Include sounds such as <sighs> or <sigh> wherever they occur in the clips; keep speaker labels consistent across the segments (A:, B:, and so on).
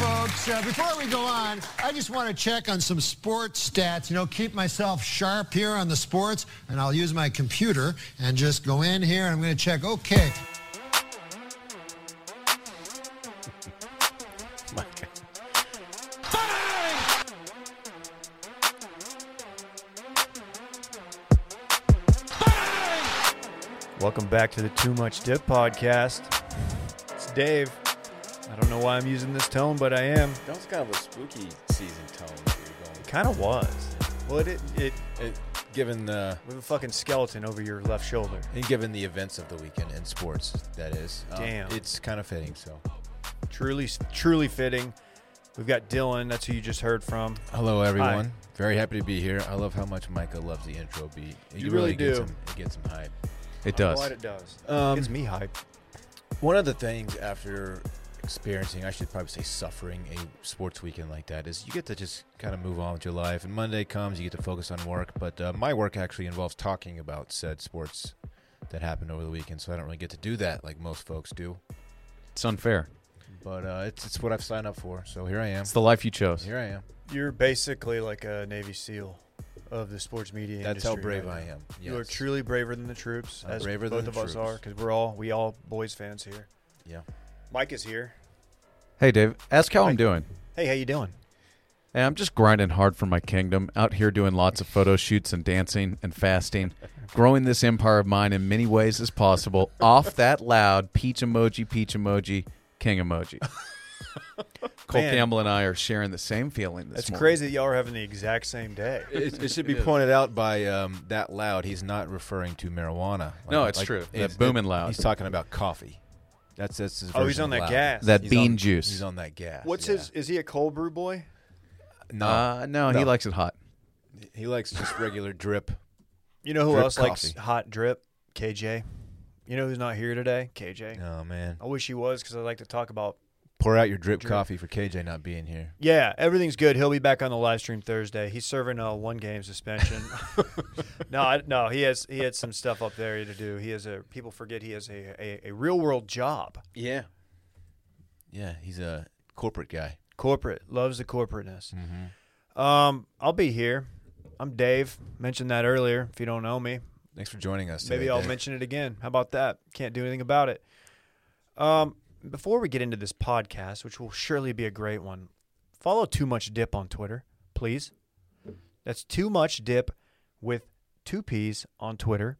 A: folks. Uh, before we go on, I just want to check on some sports stats. You know, keep myself sharp here on the sports, and I'll use my computer and just go in here. And I'm going to check. Okay.
B: My God. Welcome back to the Too Much Dip podcast. It's Dave. I don't know why I'm using this tone, but I am.
C: That was kind of a spooky season tone that you're going.
B: It kind of was. Well, it, it
C: It, given the
B: with a fucking skeleton over your left shoulder.
C: and given the events of the weekend in sports, that is, um,
B: Damn.
C: it's kind of fitting. So,
B: Truly, truly fitting. We've got Dylan. That's who you just heard from.
C: hello everyone. Very happy to be here. I love how much Micah loves the intro beat. It
B: You really
C: gets
B: do.
C: him. It gets him hype. It
B: What it does.
C: Um,
B: Gets me hype.
C: One of the things after experiencing, I should probably say suffering a sports weekend like that is you get to just kind of move on with your life. And Monday comes, you get to focus on work. But uh, my work actually involves talking about said sports that happened over the weekend. So I don't really get to do that like most folks do.
D: It's unfair.
C: But uh, it's, it's what I've signed up for. So here I am.
D: It's the life you chose.
C: Here I am.
B: You're basically like a Navy SEAL of the sports media
C: That's
B: industry.
C: how brave
B: right
C: I
B: now.
C: am.
B: You are
C: Yes.
B: truly braver than the troops,
C: I'm
B: as
C: braver
B: both
C: than
B: of
C: the
B: us
C: troops.
B: are, because we're all we all boys fans here.
C: Yeah.
B: Mike is here.
D: Hey, Dave, ask how
B: Hi.
D: I'm doing.
B: Hey, how you doing?
D: Hey, I'm just grinding hard for my kingdom, out here doing lots of photo shoots and dancing
B: <laughs>
D: and fasting, growing this empire of mine in many ways as possible. Off that loud peach emoji, peach emoji,
B: <laughs>
D: king emoji. Cole
B: Man.
D: Campbell and I are sharing the same feeling this
B: That's
D: morning.
B: crazy that y'all are having the exact same day.
C: It,
D: <laughs>
C: it should be pointed out by um, that loud. He's not referring to marijuana. Like-
D: No, it's true. That
C: it's-
D: booming loud.
C: He's talking about coffee. That's that's his.
B: Oh, he's
C: version
B: on
C: of
B: that
C: loud.
B: gas.
D: That
C: He's
D: bean
C: on-
D: juice.
C: He's on that gas.
B: What's
C: yeah.
B: his? Is he a cold brew boy?
C: No,
D: Uh, no, he
C: No.
D: likes it hot.
C: he likes just regular drip.
B: You know who
C: Drip
B: else likes
C: coffee.
B: hot drip? KJ. You know who's not here today? KJ.
C: Oh man,
B: I wish he was because I like to talk about.
C: pour out your drip, coffee for KJ not being here.
B: Yeah, everything's good. He'll be back on the live stream Thursday. He's serving a one game
C: <laughs>
B: suspension. no, I, no, he has he had some stuff up there to do. He has a people forget he has a, a, a real world job.
C: Yeah, yeah, he's a corporate guy.
B: Corporate loves the corporateness.
C: Mm-hmm.
B: Um, I'll be here. I'm Dave. Mentioned that earlier. If you don't know me,
C: Thanks for joining us.
B: Maybe
C: today,
B: I'll
C: Dave.
B: mention it again. How about that? Can't do anything about it. Um, before we get into this podcast, which will surely be a great one, follow Too Much Dip on Twitter, please. That's Too Much Dip with two P's on Twitter.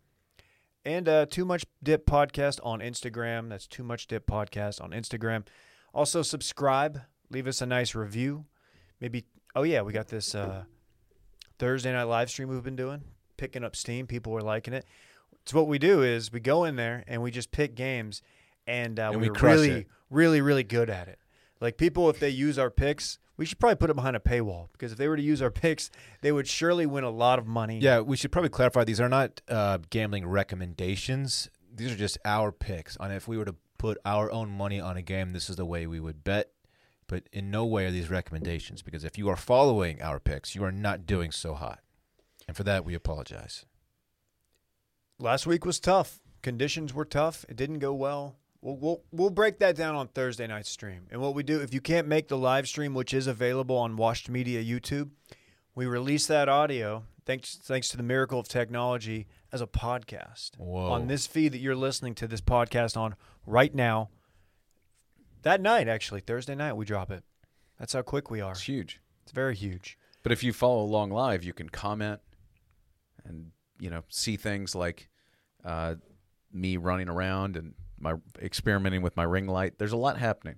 B: And uh, Too Much Dip Podcast on Instagram. That's Too Much Dip Podcast on Instagram. Also, subscribe. Leave us a nice review. Maybe, oh, yeah, we got this uh, Thursday night live stream we've been doing, picking up steam. People are liking it. So what we do is we go in there and we just pick games, and, uh,
C: And we
B: we're
C: crush
B: really,
C: it.
B: really, really good at it. Like people, if they use our picks, we should probably put it behind a paywall because if they were to use our picks, they would surely win a lot of money.
C: Yeah, we should probably clarify these are not uh, gambling recommendations. These are just our picks on if we were to put our own money on a game, this is the way we would bet. But in no way are these recommendations because if you are following our picks, you are not doing so hot. And for that, we apologize.
B: Last week was tough. Conditions were tough. It didn't go well. We'll, we'll, we'll break that down on Thursday night's stream. And what we do, if you can't make the live stream, which is available on Washed Media YouTube, we release that audio, thanks, thanks to the miracle of technology, as a podcast
C: Whoa.
B: on this feed that you're listening to this podcast on right now. That night, actually, Thursday night, we drop it. That's how quick we are.
D: It's huge.
B: It's very huge.
D: But if you follow along live, you can comment and you know see things like uh, me running around and my experimenting with my ring light. There's a lot happening.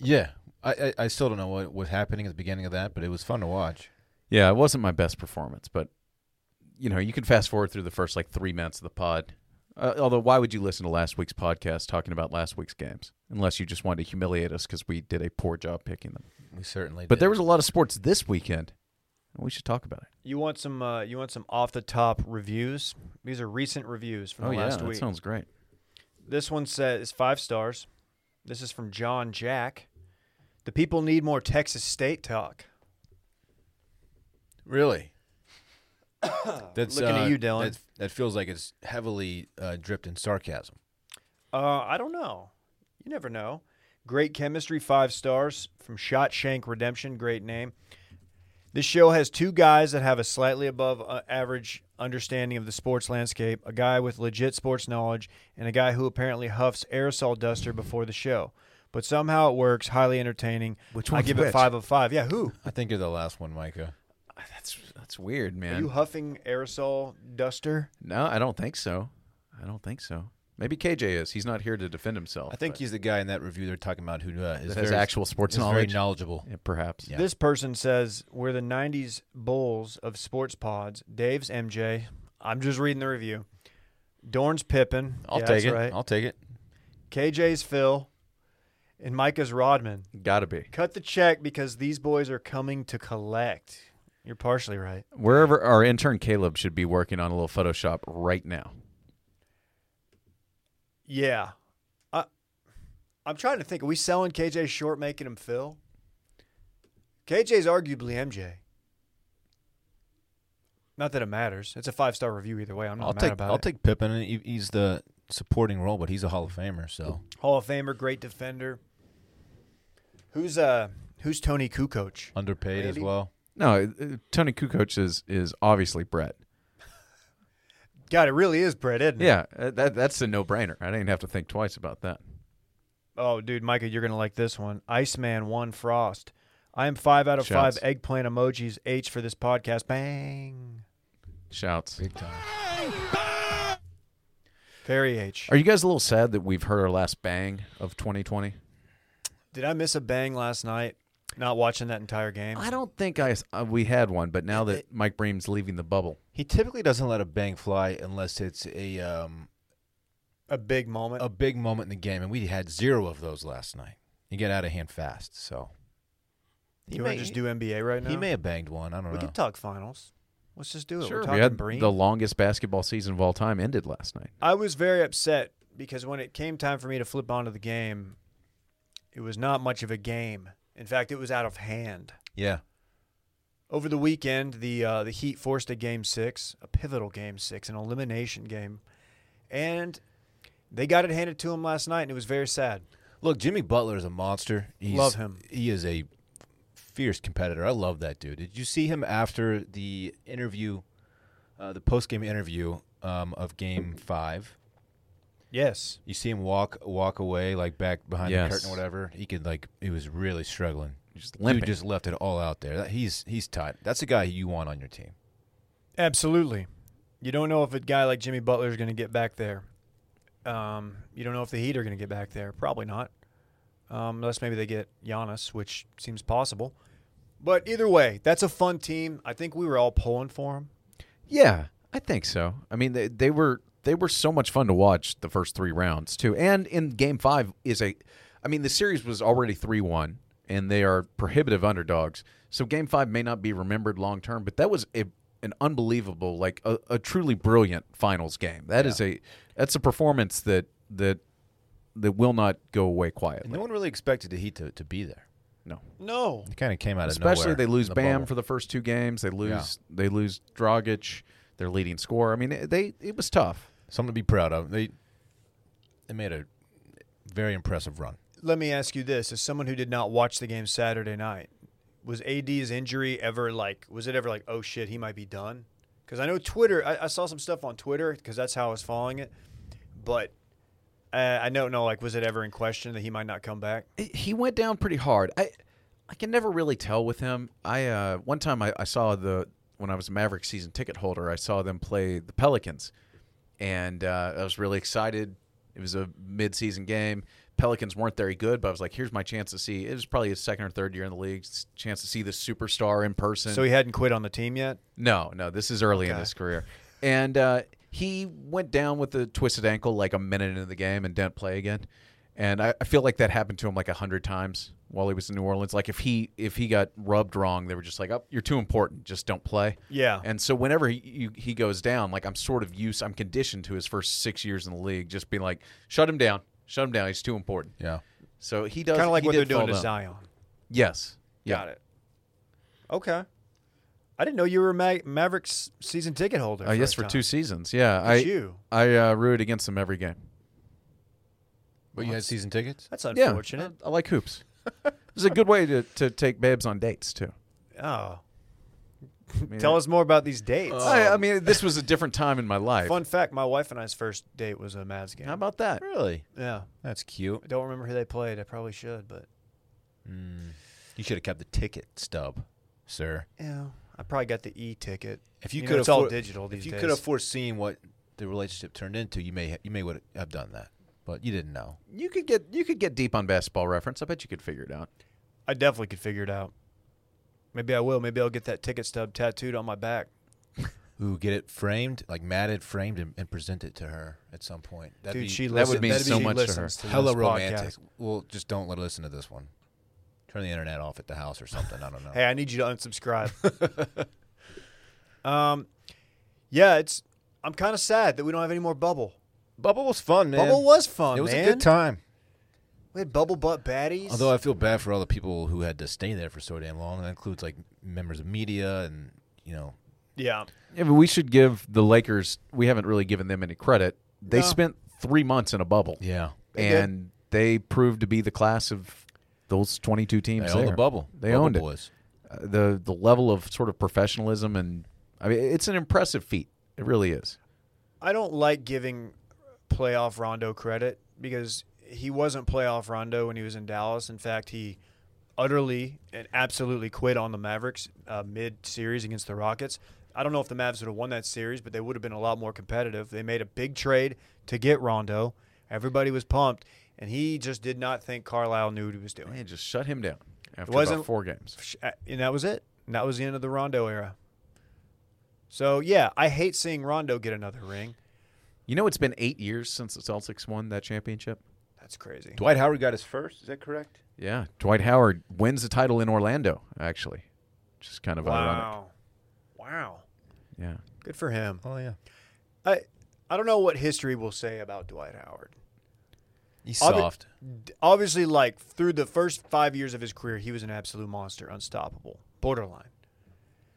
C: Yeah, I, I, I still don't know what was happening at the beginning of that, but it was fun to watch.
D: Yeah, it wasn't my best performance, but you know you can fast forward through the first like three minutes of the pod. Uh, although, why would you listen to last week's podcast talking about last week's games unless you just wanted to humiliate us because we did a poor job picking them?
C: We certainly
D: But
C: did.
D: there was a lot of sports this weekend, and we should talk about it.
B: You want some? Uh, you want some off the top reviews? These are recent reviews from
D: oh
B: the
D: yeah,
B: last
D: that
B: week.
D: sounds great.
B: This one says five stars. This is from John Jack. The people need more Texas State talk.
C: Really? <coughs> that's,
B: Looking at
C: uh,
B: you, Dylan.
C: that's- That, feels like it's heavily uh, dripped in sarcasm.
B: Uh, I don't know. You never know. Great chemistry, five stars from Shotshank Redemption, great name. This show has two guys that have a slightly above uh, average understanding of the sports landscape, a guy with legit sports knowledge, and a guy who apparently huffs aerosol duster before the show. But somehow it works, highly entertaining.
D: Which
B: I
D: one's
B: give it
D: which?
B: 5 of 5. Yeah, who?
C: I think you're the last one, Micah.
D: Ah, That's that's weird,
B: Are
D: man.
B: you huffing aerosol duster?
D: no, I don't think so. I don't think so. Maybe KJ is. He's not here to defend himself.
C: I think
D: but
C: he's the guy in that review they're talking about who uh, is
D: that has
C: very-
D: actual sports
C: is very
D: knowledge.
C: knowledgeable.
D: Yeah, perhaps.
C: Yeah.
B: This person says we're the '90s Bulls of sports pods. Dave's MJ. I'm just reading the review. Dorn's Pippin.
C: I'll
B: Yeah,
C: take
B: that's
C: it.
B: Right.
C: I'll take it.
B: KJ's Phil, and Micah's Rodman.
D: Gotta be.
B: Cut the check because these boys are coming to collect. You're partially right.
D: Wherever our intern Caleb should be working on a little Photoshop right now.
B: Yeah, I, I'm trying to think. Are we selling KJ short, making him Phil? KJ's arguably MJ. Not that it matters. It's a five star review either way. I'm not
C: I'll
B: mad
C: take.
B: about
C: I'll
B: it.
C: take Pippen. and he- He's the supporting role, but he's a Hall of Famer. So
B: Hall of Famer, great defender. Who's uh who's Tony Kukoc?
C: underpaid as
B: Maybe.
C: well.
D: No, uh, Tony Kukoc is is obviously Brett.
B: God, it really is Brett, isn't it?
D: Yeah, uh, that that's a no brainer. I didn't have to think twice about that.
B: Oh, dude, Micah, you're gonna like this one. Iceman one frost. I am five out of
D: Shouts.
B: five eggplant emojis. H for this podcast. Bang.
D: Shouts.
C: Big time.
B: Very H.
D: Are you guys a little sad that we've heard our last bang of 2020?
B: Did I miss a bang last night? Not watching that entire game.
D: I don't think I s- uh, we had one, but now that Mike Bream's leaving the bubble,
C: He typically doesn't let a bang fly unless it's a um,
B: A big moment.
C: a big moment in the game, and we had zero of those last night. You get out of hand fast. So
B: you want to just do NBA right now?
C: He may have banged one. I don't
B: we
C: know.
B: could talk finals. Let's just do it. We're
D: we
B: talking
D: had
B: Bream.
D: the longest basketball season of all time ended last night.
B: I was very upset because when it came time for me to flip onto the game, it was not much of a game. In fact, it was out of hand.
C: yeah.
B: Over the weekend, the uh, the Heat forced a game six, a pivotal game six, an elimination game, and they got it handed to them last night, and it was very sad.
C: Look, Jimmy Butler is a monster. He's,
B: Love him.
C: He is a fierce competitor. I love that dude. Did you see him after the interview, uh, the post game interview um, of Game Five?
B: Yes,
C: You see him walk walk away like back behind
D: Yes.
C: the curtain or whatever. He could like he was really struggling.
D: Just
C: Dude
D: limping.
C: just left it all out there. That- He's he's tight. That's a guy you want on your team.
B: absolutely. You don't know if a guy like Jimmy Butler is going to get back there. Um, you don't know if the Heat are going to get back there. Probably not, um, unless maybe they get Giannis, which seems possible. But either way, that's a fun team. I think we were all pulling for them.
D: Yeah, I think so. I mean, they, they were they were so much fun to watch the first three rounds too, and in Game Five is a, I mean, the series was already three one, and they are prohibitive underdogs. So Game Five may not be remembered long term, but that was a an unbelievable, like a, a truly brilliant finals game. That is a that's a performance that that that will not go away quietly.
C: And no one really expected the Heat to, to be there.
D: No,
B: No,
C: It kind of came out of
D: especially
C: nowhere.
D: they lose
C: in the
D: Bam
C: bubble.
D: for the first two games. They lose they lose Drogic, their leading scorer. I mean, it- they it was tough.
C: something to be proud of. They they made a very impressive run.
B: let me ask you this as someone who did not watch the game Saturday night, was AD's injury ever like, was it ever like, oh shit, he might be done? Because I know Twitter, I, I saw some stuff on Twitter because that's how I was following it. But uh, I don't know, like, was it ever in question that he might not come back?
D: he went down pretty hard. I I can never really tell with him. I uh, one time I, I saw the when I was a Maverick season ticket holder, I saw them play the Pelicans, and uh, I was really excited. It was a midseason game. Pelicans weren't very good, but I was like, "Here's my chance to see." It was probably his second or third year in the league. s- Chance to see the superstar in person.
B: So he hadn't quit on the team yet?
D: No, no, this is early in
B: Okay.
D: his career. And uh, he went down with a twisted ankle like a minute into the game and didn't play again. And I, I feel like that happened to him like a hundred times while he was in New Orleans. Like if he if he got rubbed wrong, they were just like, "Oh, you're too important. Just don't play."
B: Yeah.
D: And so whenever he you, he goes down, like I'm sort of used, I'm conditioned to his first six years in the league, just being like, "Shut him down, shut him down. He's too important."
C: Yeah.
D: So he does
B: Kind of like
D: he
B: what they're
D: did fall
B: doing to
D: down.
B: Zion.
D: Yes. Yeah.
B: Got it. Okay. I didn't know you were a Ma- Mavericks season ticket holder.
D: Uh, yes,
B: a
D: for
B: time.
D: two seasons. Yeah.
B: Look
D: I
B: at you.
D: I uh, root against him every game.
C: But you had season tickets?
B: That's
D: Yeah,
B: unfortunate.
D: I, I like hoops. <laughs> It's a good way to, to take babes on dates too.
B: Oh. Tell us more about these dates.
D: Oh, I, I mean, this was a different time in my life.
B: Fun fact: My wife and I's first date was a Mavs game.
D: How about that?
C: Really?
B: yeah,
C: That's cute.
B: I don't remember who they played. I probably should, but
C: You should have kept the ticket stub, sir.
B: yeah, I probably got the e ticket.
C: If
B: You
C: you,
B: know,
C: could have
B: it's all digital these
C: if you
B: days.
C: could have foreseen what the relationship turned into, you may ha- you may would have done that, but you didn't know.
D: You could get you could get deep on basketball reference. I bet you could figure it out.
B: I definitely could figure it out. Maybe I will. Maybe I'll get that ticket stub tattooed on my back.
C: Ooh, get it framed, like matted, framed, and, and present it to her at some point. That'd
B: Dude,
C: be
B: she
D: that
B: listens.
D: would mean
B: that'd be-
D: so
B: she
D: much to her.
B: listens this
C: hella
B: podcast.
C: romantic. Well, just don't let her listen to this one. Turn the internet off at the house or something. I don't know.
B: Hey, I need you to unsubscribe.
C: <laughs>
B: um, yeah, it's. I'm kind of sad that we don't have any more bubble.
C: Bubble was fun, man.
B: Bubble was fun.
C: It was
B: man.
C: a good time.
B: We had bubble butt baddies.
C: Although I feel bad for all the people who had to stay there for so damn long. That includes like members of media and you know
B: yeah,
D: Yeah, but we should give the Lakers. We haven't really given them any credit. They
B: No.
D: spent three months in a bubble,
C: yeah.
B: They did.
D: and they proved to be the class of those twenty-two teams.
C: They owned
D: there.
C: the bubble.
D: They
C: Bubble
D: owned it.
C: boys.
D: Uh, the the level of sort of professionalism and I mean, it's an impressive feat. It really is.
B: I don't like giving playoff Rondo credit because he wasn't playoff Rondo when he was in Dallas. In fact, he utterly and absolutely quit on the Mavericks uh, mid series against the Rockets. I don't know if the Mavs would have won that series, but they would have been a lot more competitive. They made a big trade to get Rondo. Everybody was pumped, and he just did not think Carlisle knew what he was doing.
D: Man, just shut him down after
B: wasn't-
D: about four games.
B: And that was it. And that was the end of the Rondo era. So, yeah, I hate seeing Rondo get another ring.
D: You know, it's been eight years since the Celtics won that championship.
B: That's crazy.
C: Dwight Howard got his first. Is that correct?
D: Yeah, Dwight Howard wins the title in Orlando, actually, which is kind of ironic.
B: Wow.
D: Yeah,
B: Good for him.
C: Oh yeah.
B: I I don't know what history will say about Dwight Howard.
C: He's
B: Obvi-
C: soft.
B: D- Obviously, like through the first five years of his career, he was an absolute monster, unstoppable, borderline.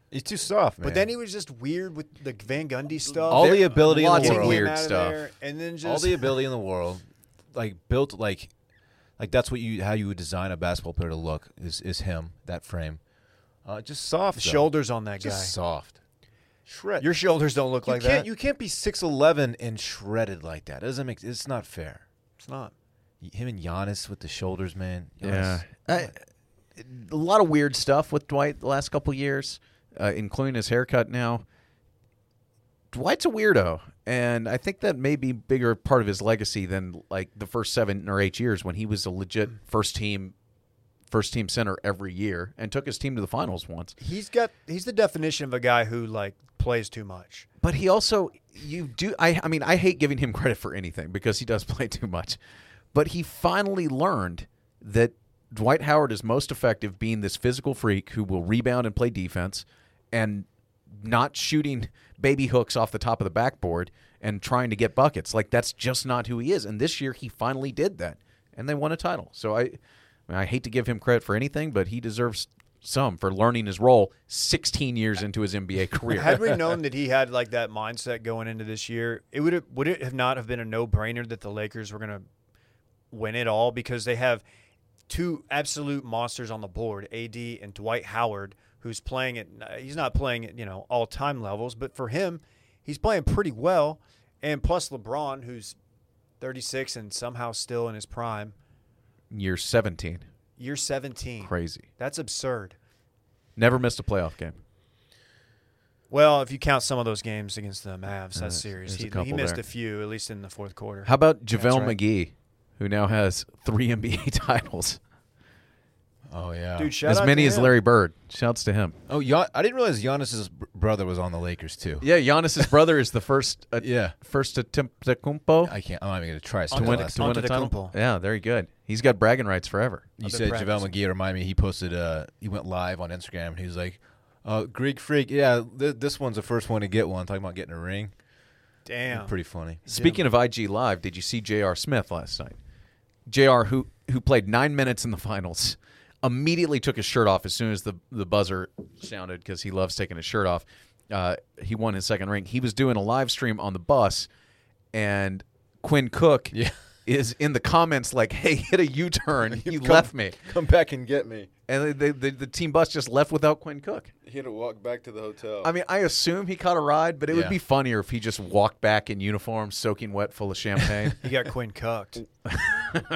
C: He's too soft, man.
B: But then he was just weird with the Van Gundy stuff.
C: all the ability in
D: lots
C: the
B: Getting
D: of
B: him
C: world,
D: weird
B: out of
D: stuff.
B: there, and then just
C: all the ability in the world, like built like, like that's what you how you would design a basketball player to look is is him that frame, uh, just soft though.
B: shoulders on that
C: just
B: guy.
C: soft, shred.
B: Your shoulders don't look
C: you
B: like
C: can't
B: that.
C: you can't be six eleven and shredded like that. It doesn't make it's not fair.
B: it's not.
C: Him and Giannis with the shoulders, man.
D: yeah.
C: Giannis-
D: I, a lot of weird stuff with Dwight the last couple years, uh, including his haircut now. Dwight's a weirdo, and I think that may be bigger part of his legacy than like the first seven or eight years when he was a legit first team, first team center every year and took his team to the finals once.
B: He's got. He's the definition of a guy who like plays too much.
D: But he also you do I I mean I hate giving him credit for anything because he does <laughs> play too much. But he finally learned that Dwight Howard is most effective being this physical freak who will rebound and play defense and not shooting baby hooks off the top of the backboard and trying to get buckets. Like that's just not who he is. And this year he finally did that and they won a title. So I I, mean, I hate to give him credit for anything, but he deserves some for learning his role 16 years into his NBA career.
B: <laughs> Had we
D: <laughs>
B: known that he had like that mindset going into this year, it would have, would it have not have been a no brainer that the Lakers were going to win it all because they have two absolute monsters on the board, AD and Dwight Howard, who's playing at he's not playing at you know all time levels, but for him, he's playing pretty well, and plus LeBron, who's 36 and somehow still in his prime,
D: Year 17.
B: year 17.
D: Crazy.
B: That's absurd.
D: Never missed a playoff game.
B: Well, if you count some of those games against the Mavs, that series,
D: there's a
B: he, he
D: couple
B: missed
D: there.
B: a few, at least in the fourth quarter.
D: How about JaVale
B: right.
D: McGee, who now has three <laughs> NBA titles,
C: Oh yeah.
B: Dude, shout
D: uh, as
B: out
D: many
B: to
D: as
B: him.
D: Larry Bird? Shouts to him.
C: oh, Gian- I didn't realize Giannis's br- brother was on the Lakers too.
D: Yeah, Giannis's brother is the first <laughs> uh,
C: Yeah.
D: first attempt to Kumpo
C: I can't. I'm not even gonna try.
D: to
C: To
D: win,
B: last
D: to win
B: Antetokounmpo.
D: a title. Yeah, very good. He's got bragging rights forever.
C: You
B: I've been
C: said JaVale McGee remind me. He posted. Uh, he went live on Instagram and he was like, uh, "Greek freak, yeah, th- this one's the first one to get one." Talking about getting a ring.
B: Damn.
C: Pretty funny.
D: Speaking of IG Live, did you see J.R. Smith last night? J.R., who who played nine minutes in the finals, immediately took his shirt off as soon as the, the buzzer sounded because he loves taking his shirt off. Uh, he won his second ring. He was doing a live stream on the bus, and Quinn Cook
C: Yeah.
D: <laughs> is in the comments like, "Hey, hit
C: <laughs>
D: a U-turn. You left me."
E: <laughs> Come back and get me.
D: And they, they, the team bus just left without Quinn Cook.
E: He had to walk back to the hotel.
D: I mean, I assume he caught a ride, but it would
C: Yeah.
D: be funnier if he just walked back in uniform, soaking wet, full
C: <laughs>
D: of champagne,
B: He got Quinn cucked.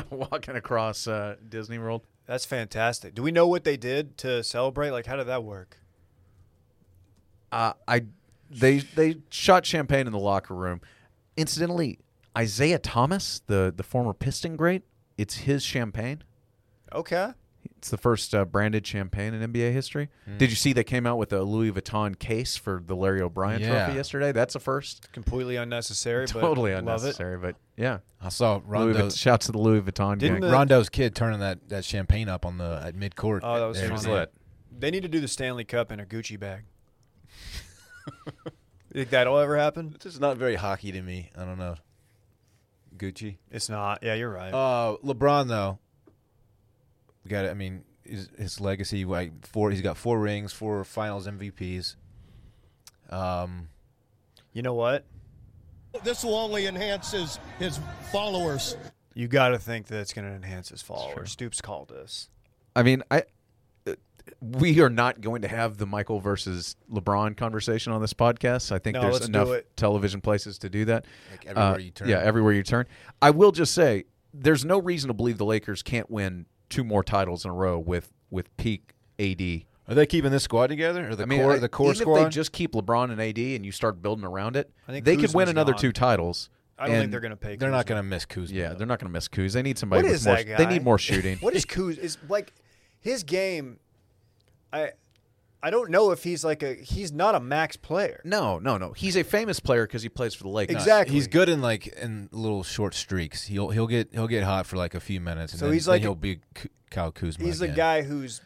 D: walking across uh, Disney World.
B: That's fantastic. Do we know what they did to celebrate? Like, how did that work?
D: Uh, I they they shot champagne in the locker room. Incidentally, Isaiah Thomas, the the former Piston great, it's his champagne.
B: Okay.
D: It's the first uh, branded champagne in NBA history. Did you see they came out with a Louis Vuitton case for the Larry O'Brien
C: Yeah.
D: Trophy yesterday? That's a first.
B: Completely unnecessary. but
D: totally
B: love it.
D: unnecessary, but yeah.
C: I saw
D: Louis
C: Rondo,
D: Vuitt- shouts to the Louis Vuitton
B: Didn't
D: gang.
B: the-
C: Rondo's kid turning that, that champagne up on the at mid court.
B: Oh, that was
C: There it
B: fun.
C: is.
D: lit.
B: They need to do the Stanley Cup in a Gucci bag. <laughs> you think that'll ever happen?
E: it's just not very
C: Very hockey to me. I don't know.
E: Gucci.
B: It's not. Yeah, you're right.
C: Uh, LeBron though, we got. I mean, his, his legacy. Like four, he's got four rings, four Finals MVPs. Um,
B: you know what?
F: This will only enhance his, his followers.
B: You got to think that it's going to enhance his followers. Stoops called us.
D: I mean, I uh, we are not going to have the Michael versus LeBron conversation on this podcast. I think
B: No,
D: there's
B: let's do
D: enough
B: it.
D: television places to do that. Uh,
C: Like everywhere you turn.
D: Yeah, everywhere you turn. I will just say there's no reason to believe the Lakers can't win two more titles in a row with with peak AD.
C: are they keeping this squad together? Or the
D: I mean,
C: core,
D: I-
C: the core
D: even
C: squad?
D: if they just keep LeBron and AD and you start building around it,
B: I think
D: they could
B: Kuzma's
D: win another
B: gone.
D: two titles.
B: I don't think
D: and-
B: they're going to pay.
C: they're not
B: Kuzma.
C: going to miss Kuzma.
D: Yeah,
C: though.
D: they're not going to miss Kuz. They need somebody.
B: What
D: with
B: is
D: more,
B: that guy?
D: They
B: <laughs>
D: need more shooting.
B: What
D: <laughs>
B: is Kuz? Is like his game. I I don't know if he's like a he's not a max player.
D: No, no, no. He's a famous player because he plays for the Lakers.
B: Exactly.
C: He's good in like in little short streaks. He'll he'll get he'll get hot for like a few minutes, and
B: So
C: then,
B: he's
C: then
B: like a-
C: he'll be K- Kyle Kuzma.
B: He's the
C: again.
B: guy who's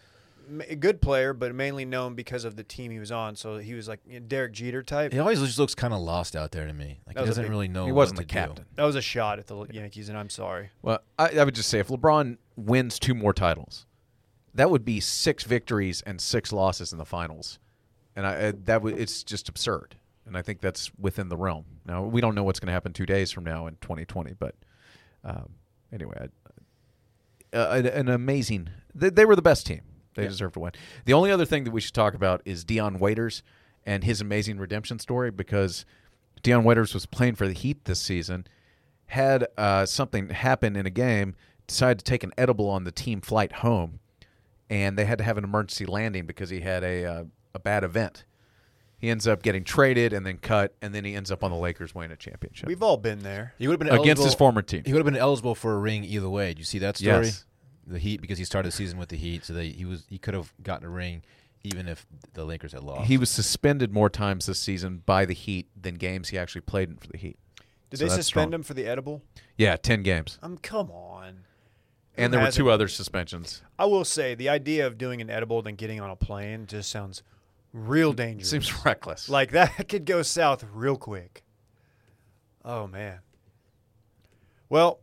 B: m- a good player, but mainly known because of the team he was on. So he was like you know, Derek Jeter type.
C: He always just looks kind of lost out there to me. Like
B: That
C: he
B: was a
C: doesn't
B: big-
C: really know.
D: He
C: what
D: wasn't
C: to
D: the captain.
C: Do.
B: That was a shot at the Yankees, and I'm sorry.
D: Well, I, I would just say if LeBron wins two more titles, that would be six victories and six losses in the finals, and I uh, that would it's just absurd. And I think that's within the realm. Now we don't know what's going to happen two days from now in 2020, but um, anyway, I, uh, an, an amazing. They, they were the best team. They deserve to win. The only other thing that we should talk about is Dion Waiters and his amazing redemption story because Dion Waiters was playing for the Heat this season had uh, something happen in a game, decided to take an edible on the team flight home, and they had to have an emergency landing because he had a uh, a bad event. He ends up getting traded and then cut, and then he ends up on the Lakers winning a championship.
B: We've all been there.
C: He would have been
D: Against his
C: eligible-
D: former team.
C: He would have been eligible for a ring either way. Did you see that story?
D: Yes.
C: The Heat because he started the season with the Heat, so they, he was he could have gotten a ring even if the Lakers had lost.
D: he was suspended more times this season by the Heat than games he actually played in for the Heat.
B: Did
D: So
B: they
D: that's
B: suspend
D: strong.
B: him for the edible?
D: Yeah, ten games,
B: Um, come on.
D: and there were
B: hasn't?
D: two other suspensions.
B: I will say the idea of doing an edible than getting on a plane just sounds real dangerous.
D: <laughs> Seems reckless.
B: like that <laughs> could go south real quick. Oh man. Well,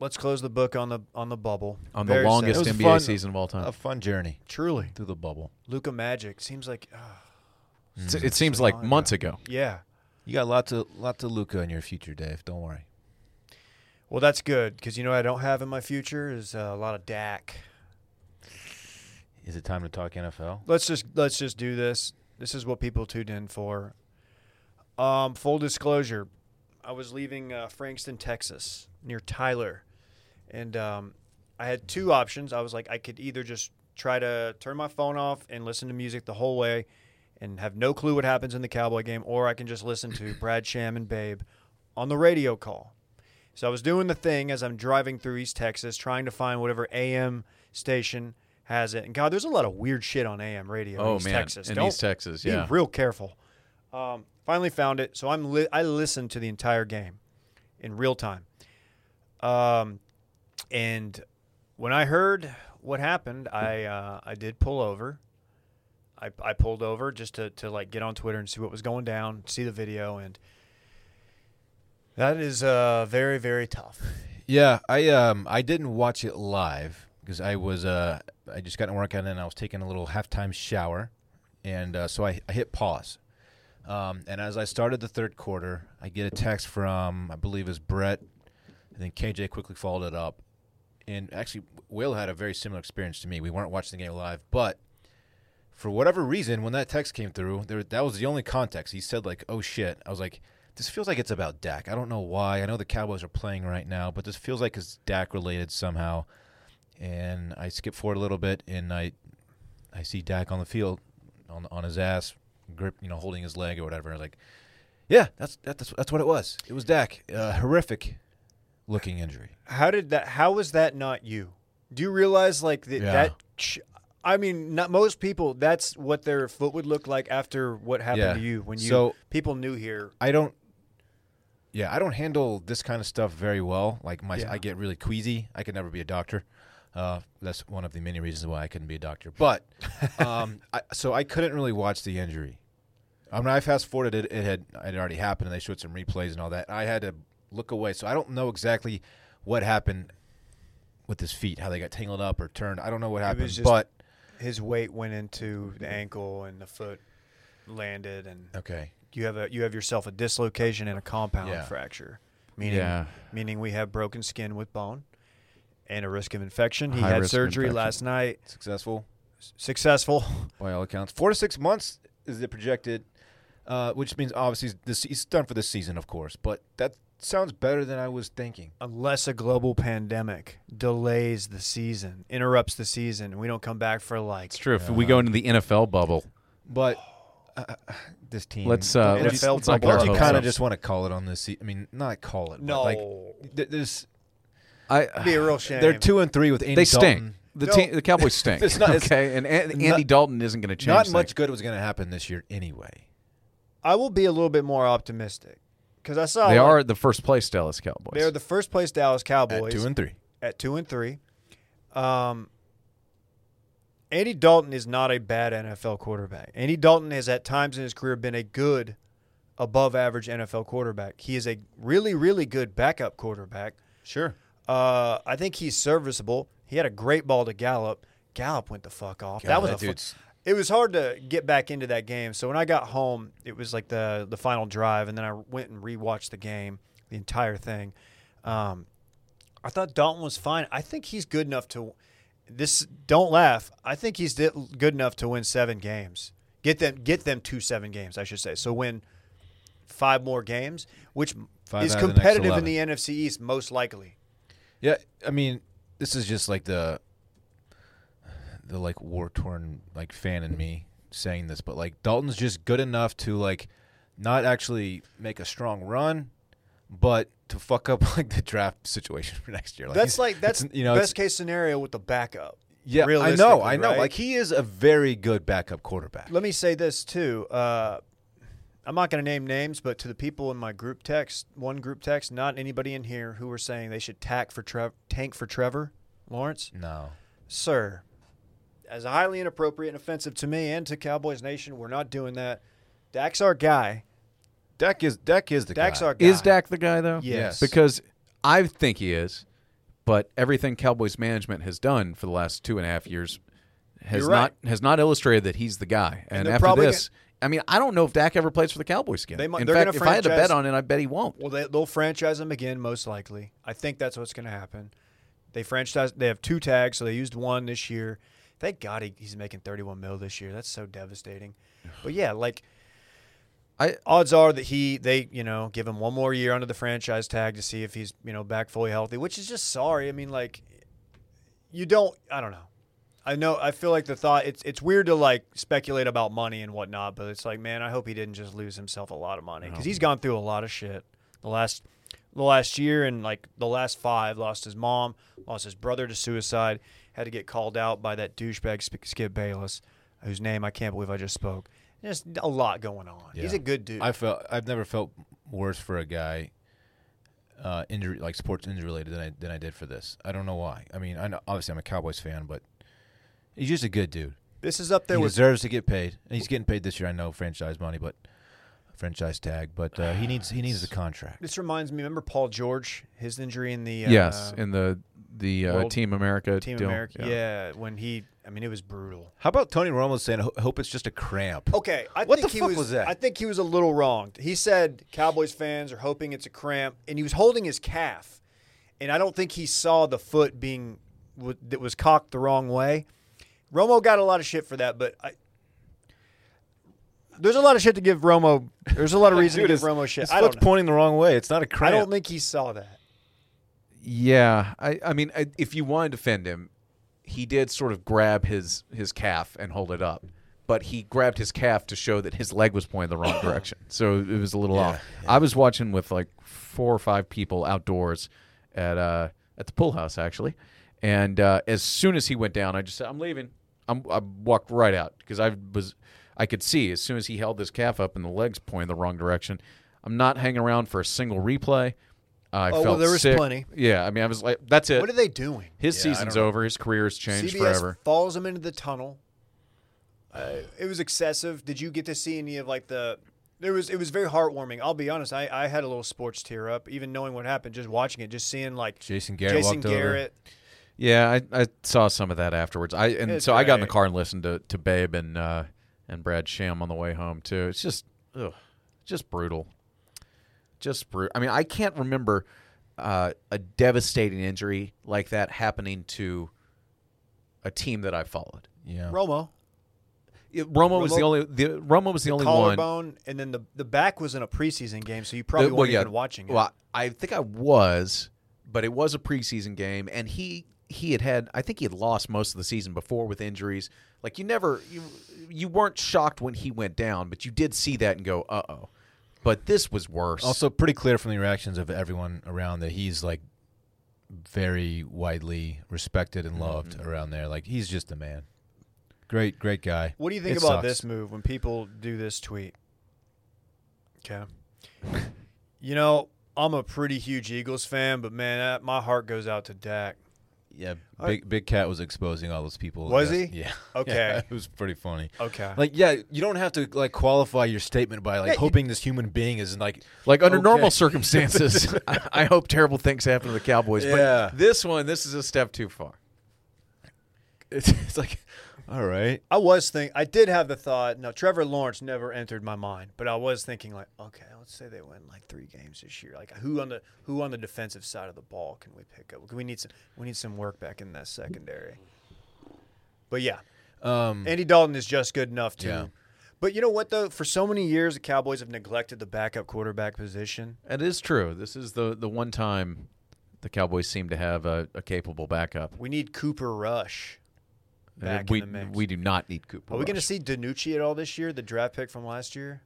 B: let's close the book on the on the bubble.
D: on the
B: Very
C: It
D: longest
C: was
B: sad.
D: NBA
C: fun.
D: season of all time.
C: a fun journey
B: Truly,
C: through the bubble.
B: Luca Magic seems like ah,
D: It's- it seems like
B: long
D: months ago.
B: yeah.
C: You got lots of lots of Luca in your future, Dave. Don't worry.
B: Well, that's good because you know what I don't have in my future is uh, a lot of Dak.
C: Is it time to talk NFL?
B: Let's just let's just do this. This is what people tuned in for. Um, full disclosure, I was leaving uh, Frankston, Texas, near Tyler, and um, I had two options. I was like, I could either just try to turn my phone off and listen to music the whole way, and have no clue what happens in the Cowboy game, or I can just listen
D: <laughs>
B: to Brad Sham and Babe on the radio call. So I was doing the thing as I'm driving through East Texas, trying to find whatever AM station has it. And God, there's a lot of weird shit on AM radio in
D: Oh,
B: East
D: man.
B: Texas.
D: In
B: Don't-
D: East Texas,
B: be
D: yeah.
B: real careful. Um, finally found it, so I'm li- I listened to the entire game in real time. Um, and when I heard what happened, I uh, I did pull over. I, I pulled over just to, to like get on Twitter and see what was going down, see the video, and that is uh, very very tough.
C: Yeah, I um I didn't watch it live because I was uh I just got in workout and I was taking a little halftime shower, and uh, so I, I hit pause. Um, and as I started the third quarter, I get a text from I believe is Brett And then KJ quickly followed it up. And actually, Will had a very similar experience to me. We weren't watching the game live, but for whatever reason, when that text came through, there that was the only context. He said like, "Oh shit." I was like, "This feels like it's about Dak." I don't know why. I know the Cowboys are playing right now, but this feels like it's Dak related somehow. And I skip forward a little bit, and I, I see Dak on the field, on on his ass, grip, you know, holding his leg or whatever. I was like, "Yeah, that's that's that's what it was. It was Dak. Uh, horrific, looking injury."
B: How did that? How was that not you? Do you realize like that?
C: Yeah.
B: that ch- I mean, not most people. That's what their foot would look like after what happened
C: Yeah.
B: to you when you.
C: So-
B: people knew here.
C: I don't. Yeah, I don't handle this kind of stuff very well. Like my,
B: Yeah.
C: I get really queasy. I could never be a doctor. Uh, that's one of the many reasons why I couldn't be a doctor.
B: <laughs>
C: But um, I, so I couldn't really watch the injury. I mean, I fast forwarded it. It had it had already happened, and they showed some replays and all that. I had to look away, so I don't know exactly what happened with his feet, how they got tangled up or turned. I don't know what happened,
B: was just-
C: but
B: His weight went into the ankle and the foot landed, and
C: okay,
B: you have a you have yourself a dislocation and a compound
C: Yeah.
B: fracture, meaning
D: Yeah.
B: meaning we have broken skin with bone, and a risk of infection. He
D: High
B: had
D: risk of
B: surgery
D: infection.
B: last night,
C: successful.
B: successful. <laughs>
C: by all accounts. Four to six months is the projected, uh, which means obviously this, he's done for this season, of course. But that sounds better than I was thinking.
B: unless a global pandemic delays the season, interrupts the season, and we don't come back for like
D: It's true. If we go into the NFL bubble,
C: But uh, this team,
D: let's uh,
B: The
D: let's,
B: NFL
D: let's
B: bubble.
D: not get our
C: you
B: Well,
D: hopes
C: kind
D: up.
C: of just want to call it on this. se- I mean, not call it.
B: no.
C: but like th- there's
D: I,
B: be a real shame.
C: they're two and three with Andy
D: they stink.
C: Dalton.
D: The
B: No.
D: team, the Cowboys stink.
C: It's not- it's-
D: okay, and, An- Andy
C: not-
D: Dalton isn't going to change.
C: Not
D: things.
C: much good was going to happen this year anyway.
B: I will be a little bit more optimistic because I saw
D: They
B: like,
D: are the first place Dallas Cowboys.
B: they're the first place Dallas
C: At
B: Cowboys
C: two and three,
B: at two and three. Um, Andy Dalton is not a bad NFL quarterback. Andy Dalton has at times in his career been a good, above average NFL quarterback. He is a really, really good backup quarterback.
C: sure.
B: Uh, I think he's serviceable. He had a great ball to Gallup. Gallup went the fuck off.
C: God,
B: that was
C: that
B: a fu-
C: dude's-
B: It was hard to get back into that game. So when I got home, it was like the the final drive, and then I went and rewatched the game, the entire thing. Um, I thought Dalton was fine. I think he's good enough to. This don't laugh. I think he's di- good enough to win seven games. Get them, get them to seven games, I should say. So win five more games, which
C: Five
B: is
C: out of the next
B: competitive
C: 11.
B: in the NFC East most likely.
C: Yeah, I mean, this is just like the the like war torn like fan in me saying this, but like Dalton's just good enough to like not actually make a strong run, but to fuck up <laughs> like the draft situation for next year. Like
B: That's
C: he's-
B: like that's
C: it's- you know it's-
B: best case scenario with the backup.
C: yeah. I know, I
B: realistically,
C: know.
B: right?
C: Like he is a very good backup quarterback.
B: Let me say this too. Uh, I'm not going to name names, but to the people in my group text, one group text, not anybody in here who were saying they should tack for Trev- tank for Trevor Lawrence,
C: No,
B: sir. As highly inappropriate and offensive to me and to Cowboys Nation, we're not doing that. Dak's our guy.
C: Dak is Dak is the
B: Dak's
C: guy.
B: our guy.
D: Is Dak the guy though?
B: Yes.
D: Because I think he is, but everything Cowboys management has done for the last two and a half years has
B: You're right.
D: not has not illustrated that he's the guy. And,
B: they're
D: after
B: probably
D: this, I mean, I don't know if Dak ever plays for the Cowboys again.
B: They might-
D: In
B: they're
D: fact,
B: gonna
D: if I had to bet
B: franchise-
D: on it, I bet he won't.
B: Well, they, they'll franchise him again, most likely. I think that's what's going to happen. They franchise. They have two tags, so they used one this year. Thank God he, he's making thirty-one mil this year. That's so devastating. But yeah, like
D: I-
B: odds are that he they you know give him one more year under the franchise tag to see if he's you know back fully healthy, which is just sorry. I mean, like you don't. I don't know. I know. I feel like the thought it's it's weird to like speculate about money and whatnot, but it's like, man, I hope he didn't just lose himself a lot of money because he's gone through a lot of shit the last the last year and like the last five. Lost his mom, lost his brother to suicide, had to get called out by that douchebag Sp- Skip Bayless, whose name I can't believe I just spoke. There's a lot going on. He's
C: Yeah.
B: a good dude.
C: I felt I've never felt worse for a guy uh, injury like sports injury related than I than I did for this. I don't know why. I mean, I know, obviously I'm a Cowboys fan, but he's just a good dude.
B: this is up there
C: he
B: with
C: deserves to get paid. And he's getting paid this year. I know franchise money, but franchise tag, but uh, he needs he needs the contract.
B: This reminds me. Remember Paul George, his injury in the uh,
D: yes, in the the uh,
B: World-
D: Team America
B: Team
D: deal.
B: America. Yeah. when he, I mean, it was brutal.
C: How about Tony Romo saying, "Ho- "Hope it's just a cramp"?
B: Okay, I
C: What
B: think
C: the
B: he
C: fuck
B: was,
C: was that?
B: I think he was a little wronged. He said Cowboys fans are hoping it's a cramp, and he was holding his calf, and I don't think he saw the foot being w- that was cocked the wrong way. Romo got a lot of shit for that, but I, there's a lot of shit to give Romo. There's a lot of
C: <laughs>
B: reason to give Romo shit.
C: His
B: I don't,
C: foot's
B: know.
C: pointing the wrong way. It's not a
B: I
C: cramp.
B: don't think he saw that.
D: Yeah, I, I mean, I, if you want to defend him, he did sort of grab his his calf and hold it up, but he grabbed his calf to show that his leg was pointing
B: <coughs>
D: the wrong direction. So it was a little off. I was watching with like four or five people outdoors at uh at the pool house actually, and uh, as soon as he went down, I just said, "I'm leaving." I'm, I walked right out because I was I could see as soon as he held his calf up and the legs pointing the wrong direction. I'm not hanging around for a single replay. I
B: Oh, well,
D: felt
B: there was
D: sick.
B: plenty.
D: Yeah, I mean, I was like, that's it.
B: What are they doing?
D: His
C: Yeah, I
D: season's
C: don't know.
D: over. His career's changed
B: CBS
D: forever.
B: falls him into the tunnel. Uh, it was excessive. Did you get to see any of like the? There was it was very heartwarming. I'll be honest. I, I had a little sports tear up, even knowing what happened, just watching it, just seeing like
C: Jason Garrett
B: Jason
C: walked over.
B: Garrett.
D: Yeah, I, I saw some of that afterwards. I and
B: It's
D: so I got in the
B: great.
D: car and listened to, to Babe and uh, and Brad Sham on the way home too. It's just ugh, just brutal. Just brutal. I mean, I can't remember uh, a devastating injury like that happening to a team that I followed.
C: Yeah.
B: Romo,
D: It- Romo, was the
B: Romo-
D: only the Romo was the, only one.
B: collarbone, and then the the back was in a preseason game, so you probably
D: The-
B: weren't even watching it.
D: Well, I think I was, but it was a preseason game, and he he had had I think he had lost most of the season before with injuries. Like you never you you weren't shocked when he went down, but you did see that and go, uh oh. But this was worse.
C: Also, pretty clear from the reactions of everyone around that he's like very widely respected and loved
B: Mm-hmm.
C: around there. Like he's just a man. Great, great guy.
B: What do you think
C: It
B: about
C: sucks.
B: this move when people do this tweet? Okay. you know, I'm a pretty huge Eagles fan, but man, that, my heart goes out to Dak.
C: Yeah, big big cat was exposing all those people.
B: Was
C: Yes.
B: he?
C: Yeah. <laughs>
B: Okay.
C: Yeah, it was pretty funny.
B: Okay.
C: Like, yeah, you don't have to like qualify your statement by like
B: Yeah, you-
C: hoping this human being is like
D: like under
C: okay. <laughs>
D: normal circumstances, I, I hope terrible things happen to the Cowboys.
C: Yeah.
D: But this one, this is a step too far.
C: It's, it's like, all right.
B: I was think I did have the thought. No, Trevor Lawrence never entered my mind, but I was thinking like, okay, let's say they win like three games this year. Like, who on the who on the defensive side of the ball can we pick up? We need some we need some work back in that secondary. But yeah,
C: Um,
B: Andy Dalton is just good enough to.
C: Yeah.
B: But you know what though? For so many years, the Cowboys have neglected the backup quarterback position.
D: It is true. This is the the one time the Cowboys seem to have a, a capable backup.
B: We need Cooper Rush back
D: we
B: in the mix.
D: we do not need Cooper.
B: Are we going to
D: Rush.
B: see Danucci at all this year? The draft pick from last year.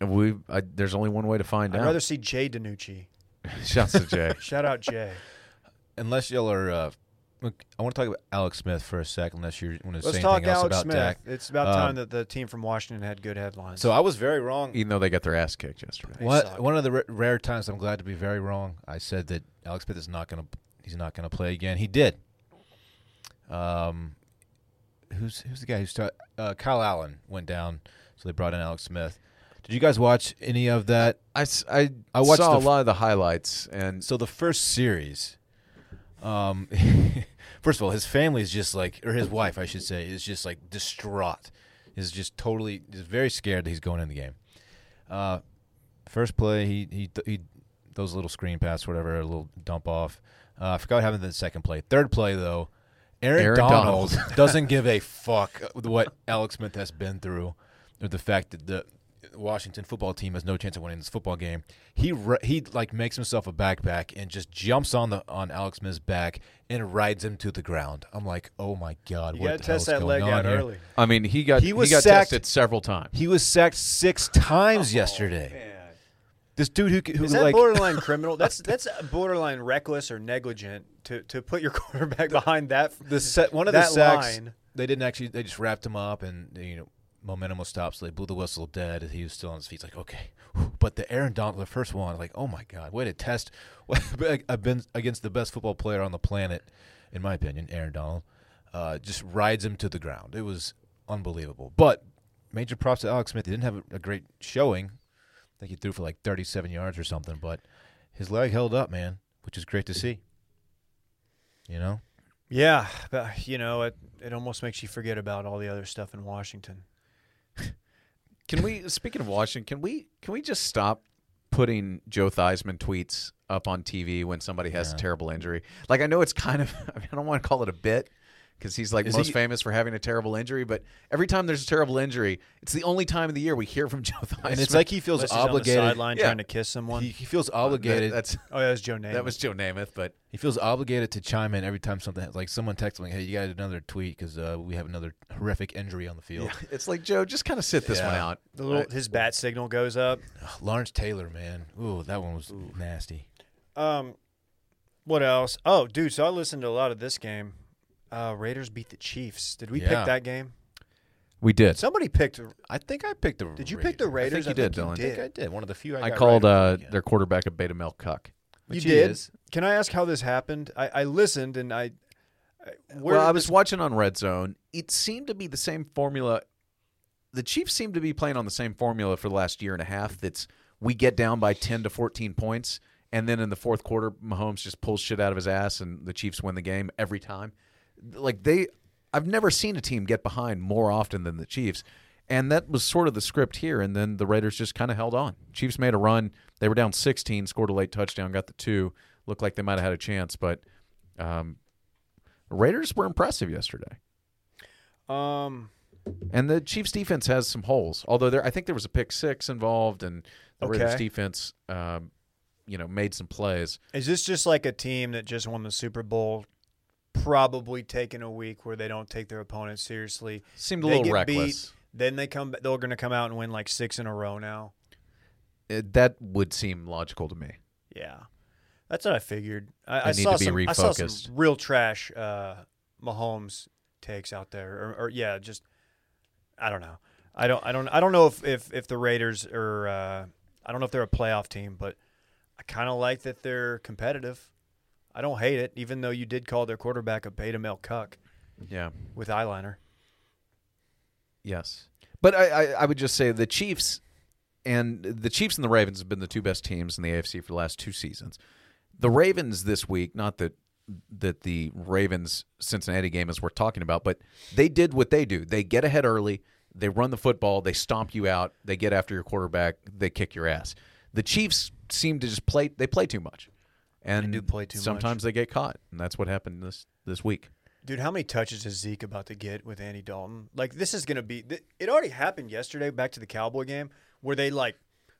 D: We I, there's only one way to find
B: I'd
D: out.
B: rather see Jay Danucci.
D: <laughs> Shouts to Jay.
B: Shout out Jay.
C: unless y'all are, uh, look, I want to talk about Alex Smith for a sec. Unless you want to
B: Let's
C: say anything
B: talk
C: else
B: Alex
C: about
B: Smith.
C: Dak.
B: It's about
C: Um,
B: time that the team from Washington had good headlines.
C: So I was very wrong.
D: Even though they got their ass kicked yesterday.
C: What
B: suck.
C: one of the r- rare times I'm glad to be very wrong. I said that Alex Smith is not gonna he's not gonna play again. He did. Um, who's who's the guy who started? Uh, Kyle Allen went down, so they brought in Alex Smith. Did you guys watch any of that?
D: I, s- I,
C: I watched
D: saw
C: the
D: a
C: f-
D: lot of the highlights and
C: So the first series, um, <laughs> first of all, his family is just like, or his wife, I should say, is just like distraught. Is just totally, is very scared that he's going in the game. Uh, first play, he he he, those little screen pass, whatever, a little dump off. Uh, I forgot what happened in the second play. Third play though, Aaron,
D: Aaron
C: Donald,
D: Donald.
C: <laughs> doesn't give a fuck what Alex Smith has been through, or the fact that the Washington football team has no chance of winning this football game. He ri- he like makes himself a backpack and just jumps on the on Alex Smith's back and rides him to the ground. I'm like, oh my god,
B: you
C: what
B: got
C: the
B: to
C: hell is
B: test that
C: going
B: leg
C: on
B: out
C: here?
B: early.
D: I mean he got
C: He
D: he,
C: was
D: got
C: sacked-
D: tested several times.
C: He was sacked six times yesterday. This dude who c- who
B: Oh, Is that
C: like
B: borderline criminal? That's that's borderline reckless or negligent to, to put your <laughs> quarterback behind that.
C: <laughs> the set one of the
B: that
C: sacks
B: line.
C: they didn't actually they just wrapped him up and you know momentum was stopped so they blew the whistle dead he was still on his feet It's like okay whew. but the Aaron Donald the first one like oh my god way to test <laughs> I've been against the best football player on the planet in my opinion Aaron Donald uh, just rides him to the ground it was unbelievable but major props to Alex Smith he didn't have a, a great showing I think he threw for like 37 yards or something but his leg held up man which is great to see you know
B: Yeah, but you know it. It almost makes you forget about all the other stuff in Washington.
D: Can we speaking of Washington, can we can we just stop putting Joe Theismann tweets up on TV when somebody has a terrible injury. Like I know it's kind of <laughs> I, mean, I don't want to call it a bit because he's like
C: Is
D: most
C: he-
D: famous for having a terrible injury, but every time there's a terrible injury, it's the only time of the year we hear from Joe Theismann.
C: and it's like he feels
B: Unless he's on the
C: obligated.
B: sideline
D: Yeah.
B: trying to kiss someone.
C: He, he feels
D: that,
C: obligated.
D: that's
B: oh, yeah, that was Joe Namath.
D: that was Joe Namath,
C: <laughs>
D: but
C: he feels obligated to chime in every time something like someone texts him like, "Hey, you got another tweet because uh, we have another horrific injury on the field."
D: it's like Joe, just kind of sit this one
C: Yeah.
D: out.
B: the little, his bat signal goes up.
C: <sighs> Lawrence Taylor, man, ooh, that one was nasty.
B: Um, what else? Oh, dude. So I listened to a lot of this game. Uh, Raiders beat the Chiefs. Did we
C: Yeah.
B: pick that game?
D: We did.
B: Somebody picked.
C: I think I picked the.
B: Did you pick the Raiders?
D: you did, Dylan.
C: I think I did. One of the few I,
D: I
C: got
D: called
C: right over
D: uh,
C: the weekend.
D: their quarterback a beta male cuck.
B: You
C: Which he
B: did.
C: is.
B: Can I ask how this happened? I, I listened and I. I- where
D: well, I
B: did
D: was
B: this-
D: watching on Red Zone. It seemed to be the same formula. The Chiefs seem to be playing on the same formula for the last year and a half. That's we get down by ten to fourteen points, and then in the fourth quarter, Mahomes just pulls shit out of his ass, and the Chiefs win the game every time. Like they, I've never seen a team get behind more often than the Chiefs, and that was sort of the script here. And then the Raiders just kind of held on. Chiefs made a run. They were down sixteen, scored a late touchdown, got the two. Looked like they might have had a chance, but um, Raiders were impressive yesterday,
B: Um.
D: and the Chiefs defense has some holes. Although there, I think there was a pick six involved, and the Raiders
B: Okay.
D: defense, um, you know, made some plays.
B: Is this just like a team that just won the Super Bowl, probably taking a week where they don't take their opponent seriously?
D: Seemed a
B: They
D: little
B: get
D: reckless.
B: Beat, then they come. They're going to come out and win like six in a row now.
D: It- that would seem logical to me.
B: Yeah, that's what I figured. I,
D: They
B: I
D: need
B: saw
D: to be
B: some. I saw
D: refocused.
B: some real trash uh, Mahomes takes out there, or, or yeah, just I don't know. I don't. I don't. I don't know if if, if the Raiders are. Uh, I don't know if they're a playoff team, but I kind of like that they're competitive. I don't hate it, even though you did call their quarterback a beta male cuck
D: Yeah.
B: with eyeliner.
D: Yes. But I, I, I would just say the Chiefs and the Chiefs and the Ravens have been the two best teams in the AFC for the last two seasons. The Ravens this week, not that that the Ravens Cincinnati game is worth talking about, but they did what they do. They get ahead early, they run the football, they stomp you out, they get after your quarterback, they kick your ass. The Chiefs seem to just play they play too much. And
B: do play too much.
D: sometimes they get caught, and that's what happened this this week.
B: Dude, how many touches is Zeke about to get with Andy Dalton? Like, this is going to be. Th- it already happened yesterday back to the Cowboy game where they, like,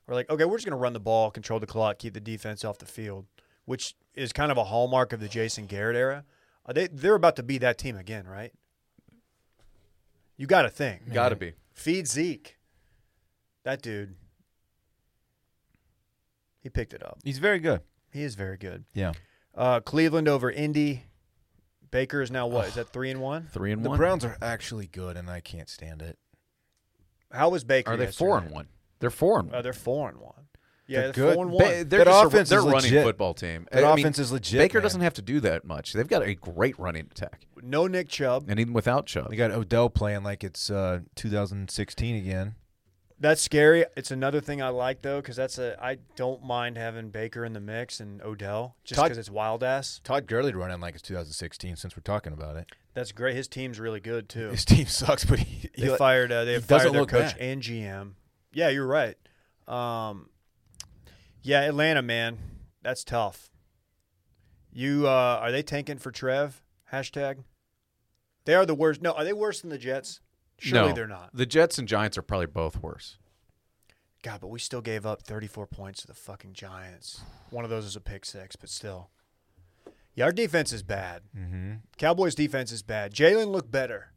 B: were like, okay, we're just going to run the ball, control the clock, keep the defense off the field, which is kind of a hallmark of the Jason Garrett era. Are they, they're about to be that team again, right? You got to think.
D: Gotta be.
B: Feed Zeke. That dude. He picked it up.
C: He's very good.
B: He is very good.
C: Yeah.
B: Uh, Cleveland over Indy. Baker is now what? Is that three and one?
D: Three and
C: The
D: one.
C: Browns are actually good, and I can't stand it.
B: How was Baker?
D: Are they
B: yesterday?
D: four and one? They're four and one.
B: Uh, they're four and one. Yeah, they're,
C: They're good.
B: four and
D: Ba-
B: one.
D: they're
C: That
D: just a-
C: offense
D: they're
C: is
D: running
C: legit.
D: football team.
C: That
D: I mean,
C: offense is legit,
D: Baker
C: man.
D: doesn't have to do that much. They've got a great running attack,
B: no Nick Chubb.
D: and even without Chubb,
C: They got Odell playing like it's uh, 2016 again.
B: That's scary. It's another thing I like though, because that's a I don't mind having Baker in the mix and Odell just
C: Todd-
B: because it's wild ass.
C: Todd Gurley running like it's 2016 since we're talking about it.
B: That's great. His team's really good too.
C: His team sucks, but he,
B: They
C: he-
B: fired. Uh, they
C: he
B: fired
C: doesn't
B: their
C: look
B: coach
C: bad.
B: and GM. Yeah, you're right. Um, yeah, Atlanta, man, that's tough. You uh, are they tanking for Trev? Hashtag. They are the worst. No, are they worse than the Jets? Surely
D: No.
B: they're not.
D: The Jets and Giants are probably both worse.
B: God, but we still gave up 34 points to the fucking Giants. One of those is a pick six, but still. Yeah, our defense is bad. Mm-hmm. Cowboys' defense is bad. Jalen looked better.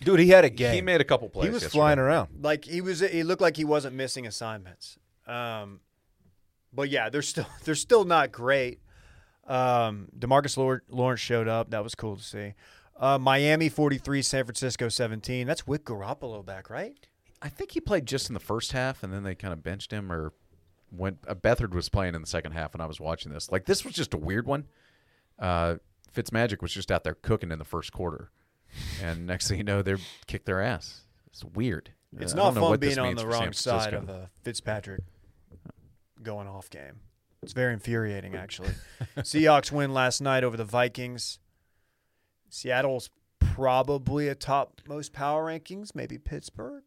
C: dude, he had a game.
D: He made a couple plays.
C: He was
D: yesterday.
C: flying around.
B: Like he was, he looked like he wasn't missing assignments. Um, but yeah, they're still <laughs> they're still not great. Um, Demarcus Lor- Lawrence showed up. That was cool to see. Uh, Miami 43, San Francisco 17. That's with Garoppolo back, right?
D: I think he played just in the first half, and then they kind of benched him or went. Uh, Bethard was playing in the second half, and I was watching this. Like this was just a weird one. Uh, Fitzmagic was just out there cooking in the first quarter, and next thing you know, they kicked their ass. It's weird. Uh,
B: It's
D: I
B: not
D: don't know
B: fun
D: what this
B: being on
D: means
B: the
D: for San
B: wrong side
D: Francisco.
B: of a Fitzpatrick going off game. It's very infuriating,
D: <laughs>
B: actually. Seahawks win last night over the Vikings. Seattle's probably a top most power rankings, maybe Pittsburgh.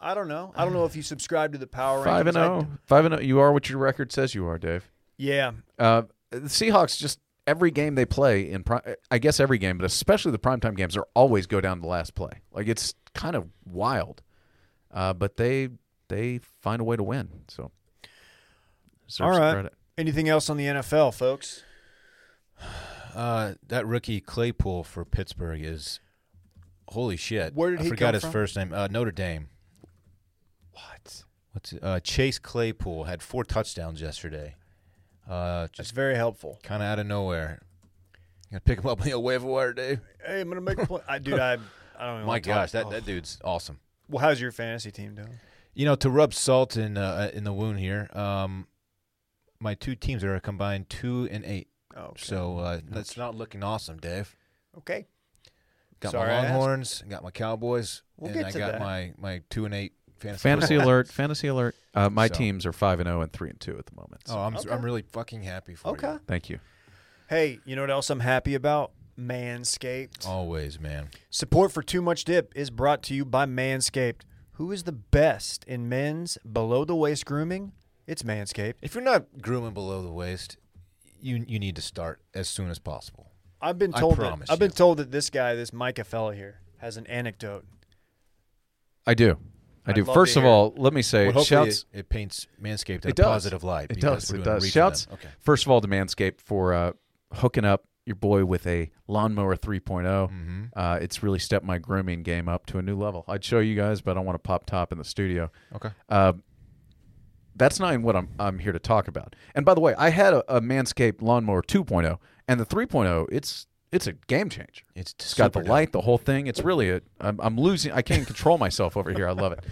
B: I don't know. I don't know if you subscribe to the power
D: Five and oh.
B: rankings. I-
D: zero. Five and zero. You are what your record says you are, Dave.
B: Yeah,
D: Uh, the Seahawks just every game they play in, pri- I guess every game, but especially the primetime games, are always go down to the last play. Like it's kind of wild, uh, but they they find a way to win. So,
B: All
D: deserves some
B: right.
D: credit.
B: Anything else on the NFL, folks?
C: Uh, that rookie Claypool for Pittsburgh is holy shit.
B: Where did
C: I
B: he
C: forgot
B: come
C: his
B: from?
C: first name. Uh, Notre Dame.
B: What?
C: What's it? Uh, Chase Claypool had four touchdowns yesterday. Uh,
B: That's
C: just
B: very helpful.
C: kind of out of nowhere. You gonna pick him up on the waiver wire, Dave?
B: Hey, I'm gonna make a play. <laughs> I, dude, I, I don't. Even
C: My
B: wanna talk-
C: gosh, that,
B: oh.
C: that dude's awesome.
B: Well, how's your fantasy team doing?
C: You know, to rub salt in uh, in the wound here, um, my two teams are a combined two and eight.
B: Oh, okay.
C: So uh, that's not looking awesome, Dave.
B: okay.
C: Got
B: Sorry I
C: my
B: asked.
C: Longhorns, got my Cowboys,
B: We'll
C: and
B: get
C: I
B: to
C: got
B: that.
C: my my two and eight fantasy. <laughs>
D: Fantasy
C: football.
D: alert! Fantasy alert! Uh, my
C: So-
D: teams are five and zero and three and two at the moment. So
C: Oh, I'm
B: Okay.
C: I'm really fucking happy for you.
B: Okay.
D: Thank you.
B: Hey, you know what else I'm happy about? Manscaped.
D: Oh.
C: Always, man.
B: Support for Too Much Dip is brought to you by Manscaped. Who is the best in men's below the waist grooming? It's Manscaped.
C: If you're not grooming below the waist, you you need to start as soon as possible.
B: I've been
C: I
B: told that,
C: promise
B: I've been
C: you.
B: told that this guy, this Micah fella here, has an anecdote.
D: I do. I
B: I'd
D: do.
B: love to
D: First of
B: hear it.
D: all, let me say
C: Well, hopefully
D: shouts.
C: it, it paints Manscaped in a
D: It does.
C: positive light.
D: It
C: because
D: does.
C: we're
D: It
C: doing
D: does.
C: reach for them.
D: Shouts.
C: Okay.
D: First of all, to Manscaped for uh, hooking up your boy with a lawnmower 3.0.
C: Mm-hmm.
D: Uh, it's really stepped my grooming game up to a new level. I'd show you guys, but I don't want to pop top in the studio.
C: Okay.
D: Uh, that's not even what I'm, I'm here to talk about. And by the way, I had a, a Manscaped lawnmower 2.0, and the 3.0, it's it's a game changer.
C: It's
D: it's got the
C: super dope.
D: light, the whole thing. It's really a. I'm, I'm losing. I can't control myself over here. I love it.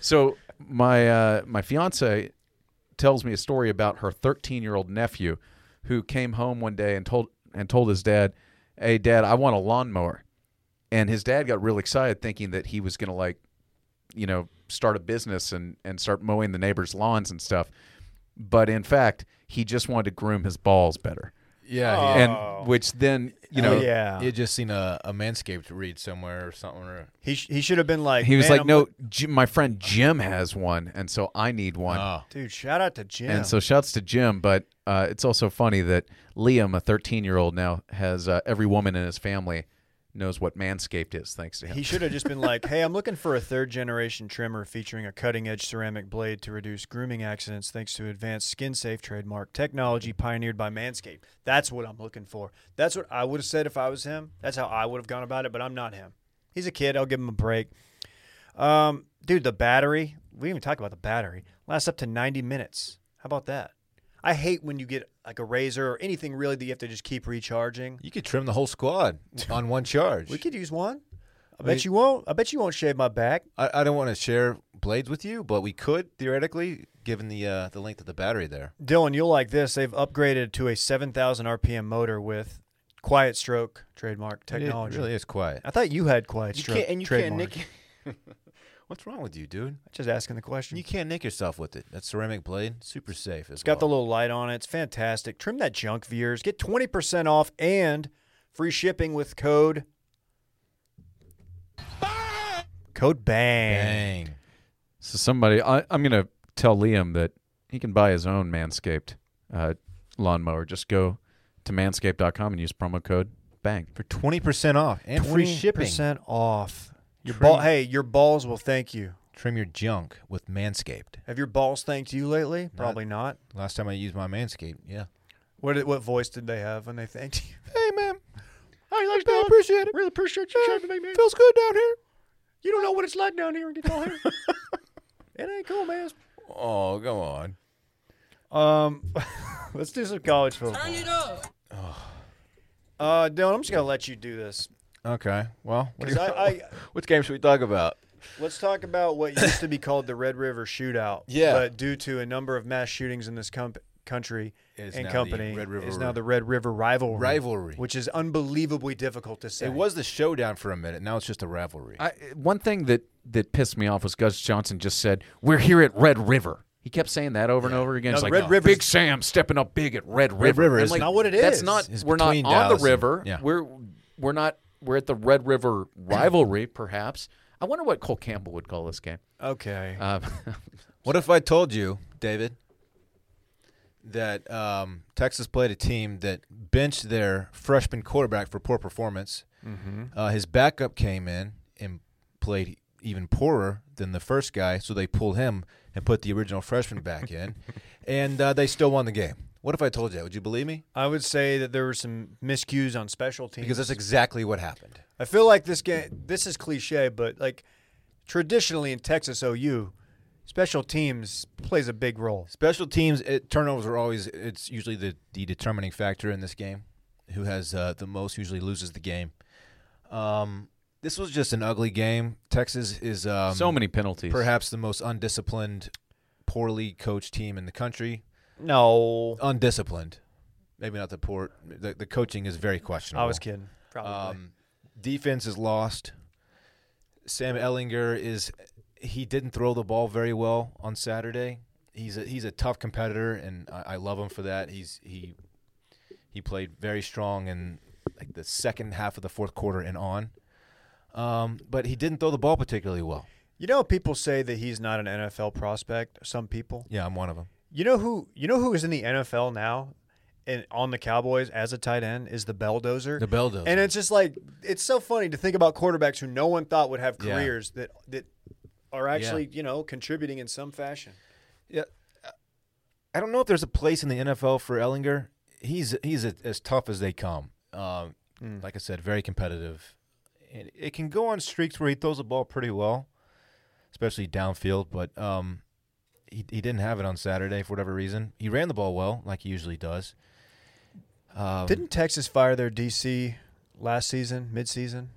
D: So my uh, my fiance tells me a story about her 13 year old nephew who came home one day and told and told his dad, "Hey, dad, I want a lawnmower." And his dad got real excited, thinking that he was going to like, you know, start a business and and start mowing the neighbors' lawns and stuff. But in fact, he just wanted to groom his balls better,
C: Yeah. yeah.
D: and which then you know.
B: Oh, yeah.
C: You had just seen a, a Manscaped read somewhere or something. Or,
B: He, sh- he should have been like
D: He was
B: "Man,
D: like,
B: I'm
D: "No, Jim, my friend Jim has one, and so I need one."
C: oh,
B: Dude, shout out to Jim.
D: And so, shouts to Jim. But uh, it's also funny that Liam, a 13 year old now, has uh, every woman in his family knows what Manscaped is, thanks to him.
B: he should have just been like, "Hey, I'm looking for a third generation trimmer featuring a cutting edge ceramic blade to reduce grooming accidents thanks to advanced skin safe trademark technology pioneered by Manscaped." That's what I'm looking for. That's what I would have said if I was him. That's how I would have gone about it, but I'm not him. He's a kid. I'll give him a break. Um, dude, the battery. We didn't even talk about the battery. Lasts up to 90 minutes. How about that? I hate when you get like a razor or anything really that you have to just keep recharging.
C: you could trim the whole <laughs> squad on one charge.
B: We could use one. I bet you won't. I bet you won't shave my back.
C: I, I don't want to share blades with you, but we could theoretically, given the uh, the length of the battery there.
B: Dylan, you'll like this. They've upgraded to a 7,000 RPM motor with quiet stroke trademark technology.
C: It really is quiet.
B: I thought you had quiet stroke trademark.
C: <laughs> What's wrong with you, dude?
B: Just asking the question.
C: You can't nick yourself with it. That ceramic blade, super safe.
B: it's got the little light on it. It's fantastic. Trim that junk, viewers. Get 20% off and free shipping with code code BANG.
C: bang.
D: so, somebody, I, I'm going to tell Liam that he can buy his own Manscaped uh, lawnmower. Just go to manscaped.com and use promo code BANG.
C: for twenty percent off and free shipping.
B: 20% off. Your
C: Trim-
B: ball, hey, your balls will thank you.
C: Trim your junk with Manscaped.
B: Have your balls thanked you lately? Probably not.
C: Last time I used my Manscaped, yeah.
B: What did, what voice did they have when they thanked <laughs> you?
C: Hey, ma'am.
B: Hey, thanks,
C: I appreciate it.
B: Really appreciate you
C: Yeah,
B: chatting with me, man.
C: Feels good down here.
B: You don't know what it's like down here in get all <laughs> here. it ain't cool, man.
C: Oh, go on.
B: Um, let's do some college football. Turn it up. Uh, Dylan, I'm just gonna let you do this
C: Okay. Well, what do
B: because
C: you-
B: I, I
C: which game should we talk about?
B: let's talk about what used to be called the Red River Shootout.
C: Yeah.
B: But due to a number of mass shootings in this com- country
C: It is
B: and
C: now the
B: company,
C: Red River-
B: is now the Red River rivalry.
C: Rivalry.
B: which is unbelievably difficult to say.
C: It was the showdown for a minute. Now it's just a rivalry.
D: I, one thing that that pissed me off was Gus Johnson just said, "We're here at Red River." He kept saying that over and over again.
B: No,
D: it's like
B: Red River's-
D: Big Sam stepping up big at Red River.
C: River
D: I'm
C: is
D: like,
B: not what it
D: That's
B: is.
D: not.
C: It's
D: we're not on
C: between Dallas
D: the
C: and-
D: river.
C: yeah.
D: <clears throat> We're we're not. We're at the Red River rivalry, perhaps. I wonder what Cole Campbell would call this game.
B: Okay.
D: <laughs> Um,
C: What if I told you, David, that um, Texas played a team that benched their freshman quarterback for poor performance? Uh, his backup came in and played even poorer than the first guy, so they pulled him and put the original freshman back in, and uh, they still won the game. What if I told you that? Would you believe me?
B: I would say that there were some miscues on special teams
C: Because that's exactly what happened.
B: I feel like this game. This is cliche, but like traditionally in Texas OU, special teams plays a big role.
C: Special teams it, turnovers are always it's usually the, the determining factor in this game. Who has uh, the most usually loses the game. Um, this was just an ugly game. Texas is um,
D: so many penalties.
C: perhaps the most undisciplined, poorly coached team in the country.
B: No,
C: Undisciplined, maybe not the poor. The, the coaching is very questionable.
B: I was kidding. Probably.
C: Um, defense is lost. Sam Ellinger is he didn't throw the ball very well on Saturday. He's a, he's a tough competitor, and I, I love him for that. He's he he played very strong in like the second half of the fourth quarter and on. Um, but he didn't throw the ball particularly well.
B: you know, people say that he's not an NFL prospect. Some people.
C: Yeah, I'm one of them.
B: You know who? You know who is in the NFL now, and on the Cowboys as a tight end is the Belldozer.
C: The Belldozer.
B: And it's just like it's so funny to think about quarterbacks who no one thought would have
C: Yeah.
B: careers that that are actually you know contributing in some fashion.
C: Yeah, I don't know if there's a place in the NFL for Ellinger. He's he's a, as tough as they come. Um,
D: Hmm.
C: Like I said, very competitive. It, it can go on streaks where he throws the ball pretty well, especially downfield. But um, he he didn't have it on Saturday for whatever reason. He ran the ball well, like he usually does. Um,
B: Didn't Texas fire their DC last season, midseason?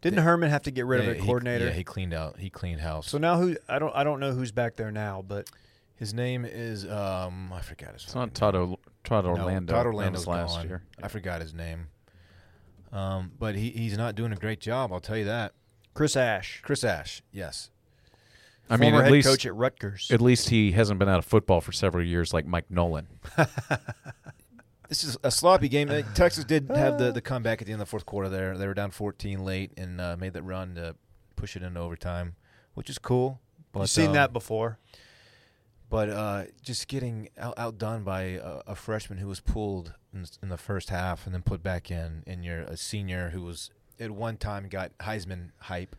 B: Didn't Herman have to get rid
C: yeah,
B: of a
C: he-
B: coordinator?
C: yeah, he cleaned out. He cleaned house.
B: so now who I don't I don't know who's back there now, but
C: his name is um, I forgot his.
D: it's not Todd, o- Todd Orlando.
C: No, Todd
D: That was
C: Orlando's
D: last
C: gone.
D: year.
C: I forgot his name. Um, but he, he's not doing a great job. I'll tell you that.
B: Chris Ash,
C: Chris Ash, yes.
D: I mean,
B: former
D: at
B: head
D: least
B: coach at Rutgers.
D: at least he hasn't been out of football for several years, like Mike Nolan.
C: This is a sloppy game. Uh, Texas did have the, the comeback at the end of the fourth quarter. There, they were down 14 late and uh, made that run to push it into overtime, which is cool. But,
B: You've seen
C: um,
B: that before.
C: but uh, just getting out, outdone by a, a freshman who was pulled in, in the first half and then put back in, and you're a senior who was at one time got Heisman hype.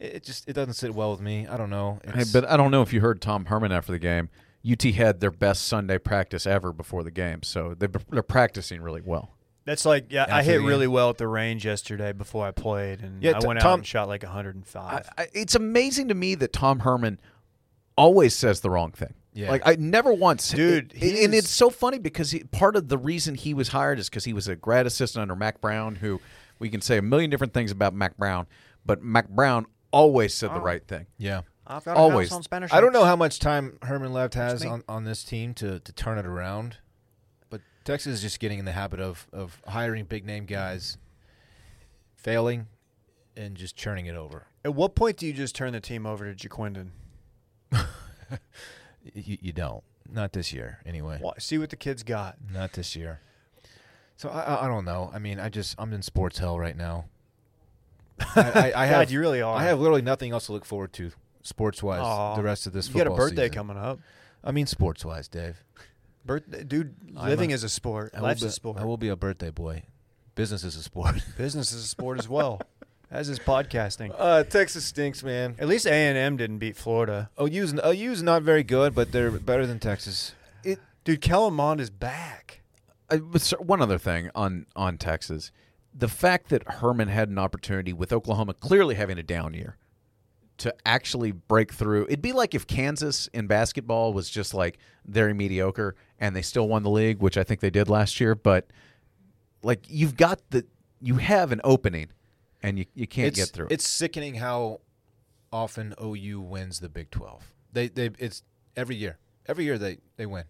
C: It, it just it doesn't sit well with me. I don't know.
D: Hey,
C: It's-
D: but I don't know if you heard Tom Herman after the game. UT had their best Sunday practice ever before the game, so they, they're practicing really well.
B: That's like yeah, I
C: After
B: hit
C: the
B: really well at the range yesterday before I played, and
C: Yeah,
B: I
C: T-
B: went out
C: Tom-
B: and shot like 105.
D: I, I, it's amazing to me that Tom Herman always says the wrong thing.
C: Yeah.
D: Like I never once,
B: Dude,
D: it-
B: he
D: and
B: is-
D: it's so funny because he, part of the reason he was hired is because he was a grad assistant under Mac Brown, who we can say a million different things about Mac Brown, but Mac Brown always said the right thing.
C: yeah,
B: I've got
D: always.
B: a house on Spanish.
C: I don't
B: Oaks.
C: know how much time Herman Left has
B: me.
C: on, on this team to, to turn it around, but Texas is just getting in the habit of of hiring big name guys, failing, and just churning it over.
B: At what point do you just turn the team over to Jaquindon?
C: You, you don't. Not this year, anyway.
B: Why- See what the kids got.
C: Not this year. So I, I- I don't know. I mean, I just I'm in sports hell
B: <laughs>
C: right now. I, I, I
B: God,
C: have
B: you really are.
C: I have literally nothing else to look forward to sports
B: Aw.
C: wise. The rest of this
B: You got a
C: football
B: birthday
C: season.
B: coming up.
C: I mean, sports wise, Dave.
B: Birthday, dude.
C: I'm
B: Living
C: a-
B: is a sport.
C: I will
B: Life's
C: be,
B: a sport.
C: I will be a birthday boy. Business is a sport. <laughs>
B: Business is a sport as well, <laughs> as is podcasting.
C: Uh, Texas stinks, man.
B: At least A and M didn't beat Florida.
C: OU's n- OU's not very good, but they're better than Texas.
B: Dude, Kellen Mond is back.
D: I, but sir, one other thing on on Texas, the fact that Herman had an opportunity with Oklahoma clearly having a down year to actually break through. It'd be like if Kansas in basketball was just like very mediocre and they still won the league, which I think they did last year. But like you've got the you have an opening, and you you can't
C: it's,
D: get through it.
C: It's sickening how often OU wins the Big Twelve. They they it's every year. Every year they they win.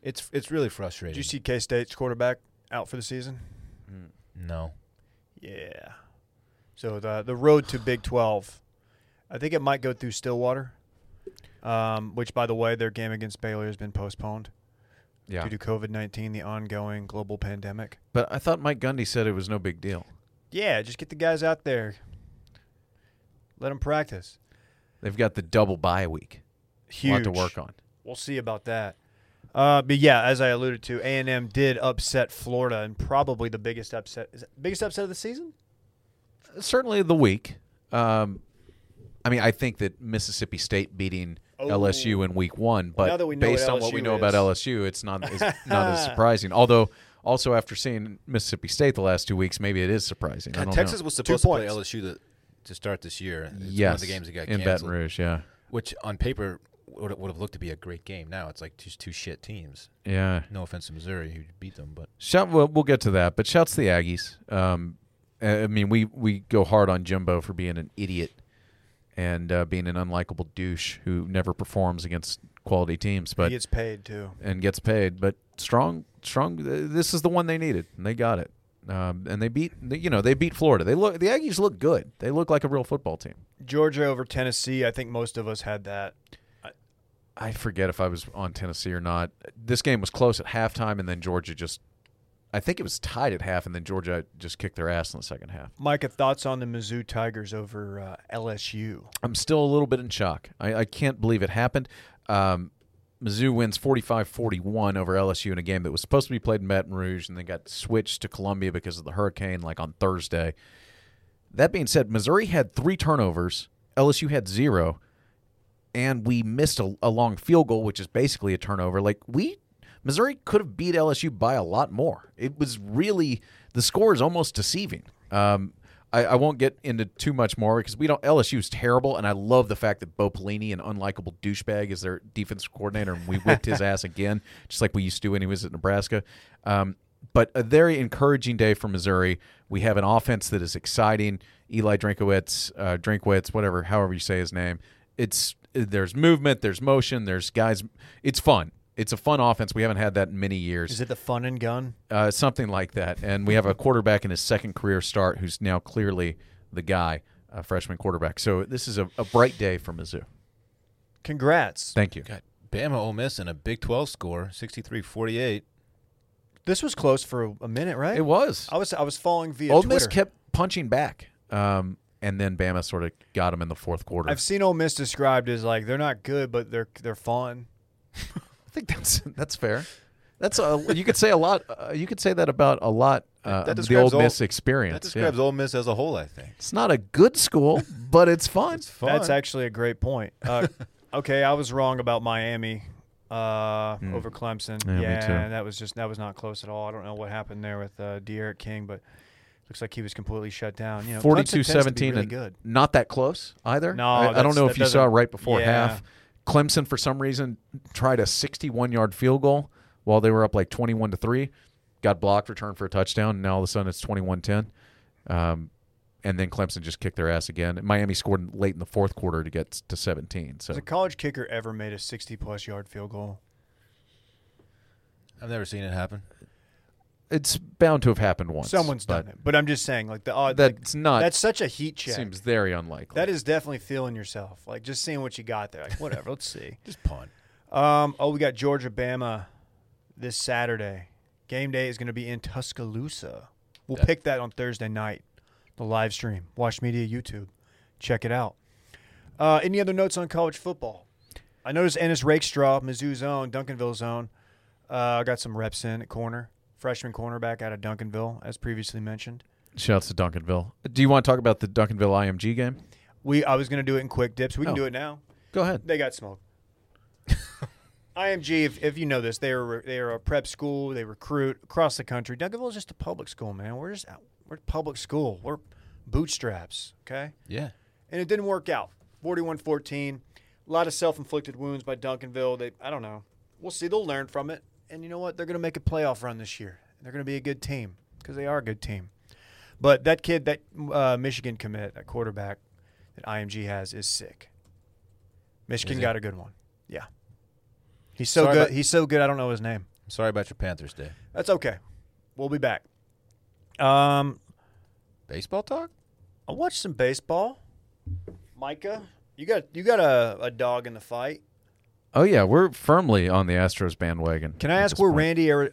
C: It's it's really frustrating.
B: Did you see K State's quarterback out for the season?
C: No.
B: Yeah. So the the road to Big Twelve, I think it might go through Stillwater, um, which by the way, their game against Baylor has been postponed
D: yeah,
B: due to COVID nineteen, the ongoing global pandemic.
D: but I thought Mike Gundy said it was no big deal.
B: Yeah, just get the guys out there. Let them practice.
D: They've got the double bye week.
B: Huge.
D: Lot to work on.
B: We'll see about that. Uh, but yeah, as I alluded to, A and M did upset Florida, and probably the biggest upset is it biggest upset of the season.
D: Certainly the week. Um, I mean, I think that Mississippi State beating
C: Oh.
D: LSU in week one, but
B: Now that we know
D: based
B: what
D: on what we
B: LSU
D: know about
B: is.
D: LSU, it's not
C: <laughs>
D: it's not as surprising. Although, also after seeing Mississippi State the last two weeks, maybe it is surprising. I
C: God,
D: don't
C: Texas
D: know.
C: was supposed to play LSU to, to start this year. It's
D: yes,
C: one of the games that got
D: in
C: canceled,
D: Baton Rouge. Yeah,
C: which on paper would, would have looked to be a great game. Now it's like just two shit teams.
D: yeah.
C: No offense to Missouri, who beat them, but
D: Shout. We'll, we'll get to that, but shouts to the Aggies. Um, I I mean, we we go hard on Jimbo for being an idiot and uh, being an unlikable douche who never performs against quality teams, but
B: he gets paid too.
D: and gets paid. But strong, strong. th- This is the one they needed, and they got it. Um, and they beat, they- you know, they beat Florida. They look, the Aggies look good. They look like a real football team.
B: Georgia over Tennessee. I think most of us had that.
D: I forget if I was on Tennessee or not. This game was close at halftime, and then Georgia just, I think it was tied at half, and then Georgia just kicked their ass in the second half.
B: Micah, thoughts on the Mizzou Tigers over uh, LSU?
D: I'm still a little bit in shock. I, I can't believe it happened. Um, Mizzou wins 45-41 over LSU in a game that was supposed to be played in Baton Rouge and then got switched to Columbia because of the hurricane, like on Thursday. That being said, Missouri had three turnovers. LSU had zero, and we missed a, a long field goal, which is basically a turnover. Like we, Missouri could have beat LSU by a lot more. It was really the score is almost deceiving. Um, I, I won't get into too much more because we don't. LSU is terrible, and I love the fact that Bo Pelini, an unlikable douchebag, is their defensive coordinator, and we whipped his ass again, just like we used to when he was at Nebraska. Um, but a very encouraging day for Missouri. We have an offense that is exciting. Eli Drinkowitz, uh, Drinkwitz, whatever, however you say his name. It's there's movement, there's motion, there's guys. It's fun. It's a fun offense. We haven't had that in many years
B: Is it the fun and gun?
D: uh, something like that. And we have a quarterback in his second career start who's now clearly the guy, a freshman quarterback. So this is a, a bright day for Mizzou.
B: Congrats.
D: Thank you.
C: God, Bama Ole Miss in a Big 12 score, 63-48.
B: This was close for a, a minute, right?
D: It was.
B: I was I was following via
D: Ole
B: Twitter.
D: Miss kept punching back, um, and then Bama sort of got him in the fourth quarter.
B: I've seen Ole Miss described as like they're not good, but they're they're fun.
D: <laughs> I think that's that's fair. That's a, you could say a lot. Uh, you could say that about a lot.
C: That
D: Uh, of the
C: describes
D: Ole
C: all-
D: Miss experience.
C: That
D: yeah.
C: describes Ole Miss as a whole, I think.
D: It's not a good
B: <laughs>
D: school, but it's fun.
C: Fun.
B: That's actually a great point.
D: <laughs>
B: Uh, okay, I was wrong about Miami uh, over Clemson.
D: Hmm. Yeah, me too.
B: and that was just that was not close at all. I don't know what happened there with uh, De'Aaron King, but looks like he was completely shut down. You know, Clemson
D: Forty-two
B: tends to be
D: seventeen
B: really
D: 42-17
B: good.
D: and not that close either.
B: No,
D: I, I don't
B: that's-
D: know
B: that
D: if you saw
B: doesn't-
D: right before
B: yeah.
D: half. Clemson, for some reason, tried a 61 yard field goal while they were up like 21 to 3, got blocked, returned for a touchdown, and now all of a sudden it's 21 10. Um, and then Clemson just kicked their ass again. Miami scored late in the fourth quarter to get to 17. So
B: Has a college kicker ever made a sixty-plus yard field goal?
C: I've never seen it happen.
D: it's bound to have happened once.
B: Someone's done
D: but
B: it, but I'm just saying, like the odd. like,
D: That's not.
B: that's such a heat check.
D: seems very unlikely.
B: that is definitely feeling yourself, like just seeing what you got there. Like whatever, let's see.
C: Just punt.
B: Um, oh, we got Georgia Bama this Saturday. Game day is going to be in Tuscaloosa. We'll pick that on Thursday night, the live stream. Watch Media YouTube. Check it out. Uh, any other notes on college football? I noticed Ennis Rakestraw, Mizzou zone, Duncanville zone. Uh, got some reps in at corner. Freshman cornerback out of Duncanville, as previously mentioned.
D: Shouts to Duncanville. Do you want to talk about the Duncanville IMG game?
B: We I was going to do it in quick dips. We can
D: Oh.
B: do it now.
D: Go ahead.
B: They got smoked. <laughs> IMG, if, if you know this, they are they are a prep school. They recruit across the country. Duncanville is just a public school, man. We're just out, we're a public school. We're bootstraps, okay?
C: Yeah.
B: And it didn't work out. 41-14. A lot of self-inflicted wounds by Duncanville. They I don't know. We'll see. They'll learn from it. And you know what? They're going to make a playoff run this year. They're going to be a good team because they are a good team. But that kid, that uh, Michigan commit, that quarterback that IMG has, is sick. Michigan
C: Is he?
B: got a good one. Yeah, he's so
C: Sorry
B: good.
C: about-
B: he's so good. I don't know his name.
C: I'm sorry about your Panthers day.
B: That's okay. We'll be back. Um,
C: Baseball talk?
B: I watched some baseball. Micah, you got you got a, a dog in the fight.
D: Oh yeah, we're firmly on the Astros bandwagon.
B: Can I
D: at
B: ask
D: this
B: where
D: point.
B: Randy Ar-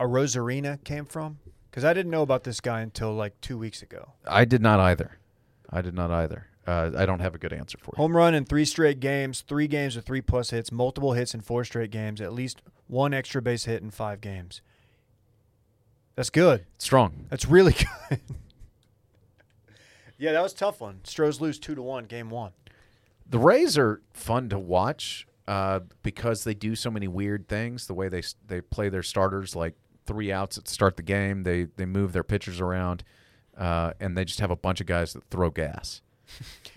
B: Arozarena came from? Because I didn't know about this guy until like two weeks ago.
D: I did not either. I did not either. Uh, I don't have a good answer for you.
B: Home run in three straight games, three games with three plus hits, multiple hits in four straight games, at least one extra base hit in five games. That's good.
D: Strong.
B: That's really <laughs> good. yeah, that was a tough one. Stros lose two to one, game one.
D: The Rays are fun to watch uh, because they do so many weird things. The way they they play their starters, like three outs at the start of the game, they they move their pitchers around, uh, and they just have a bunch of guys that
B: <laughs>
D: throw gas.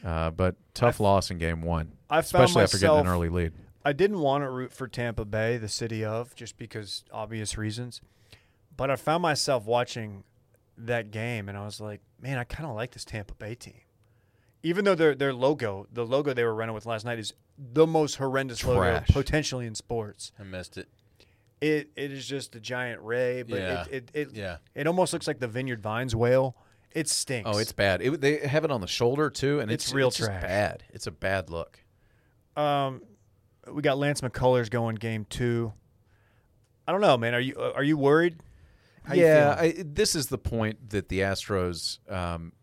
D: Uh, but tough loss in game one,
B: I found
D: especially after getting an
B: myself-
D: early lead.
B: I didn't want to root for Tampa Bay, the city of, just because obvious reasons. But I found myself watching that game, and I was like, man, I kind of like this Tampa Bay team. Even though their their logo, the logo they were running with last night, is the most horrendous logo
D: Trash.
B: potentially in sports.
C: I missed it.
B: It it is just a giant ray, but
C: Yeah.
B: it it it,
C: Yeah.
B: it almost looks like the Vineyard Vines whale. It stinks.
D: Oh, it's bad. It, they have it on the shoulder too, and
B: It's
D: it's,
B: real
D: it's just
B: trash.
D: bad. It's a bad look.
B: Um, we got Lance McCullers going game two. I don't know, man. Are you uh, are you worried? How you
D: yeah,
B: feeling?
D: I, this is the point that the Astros, um,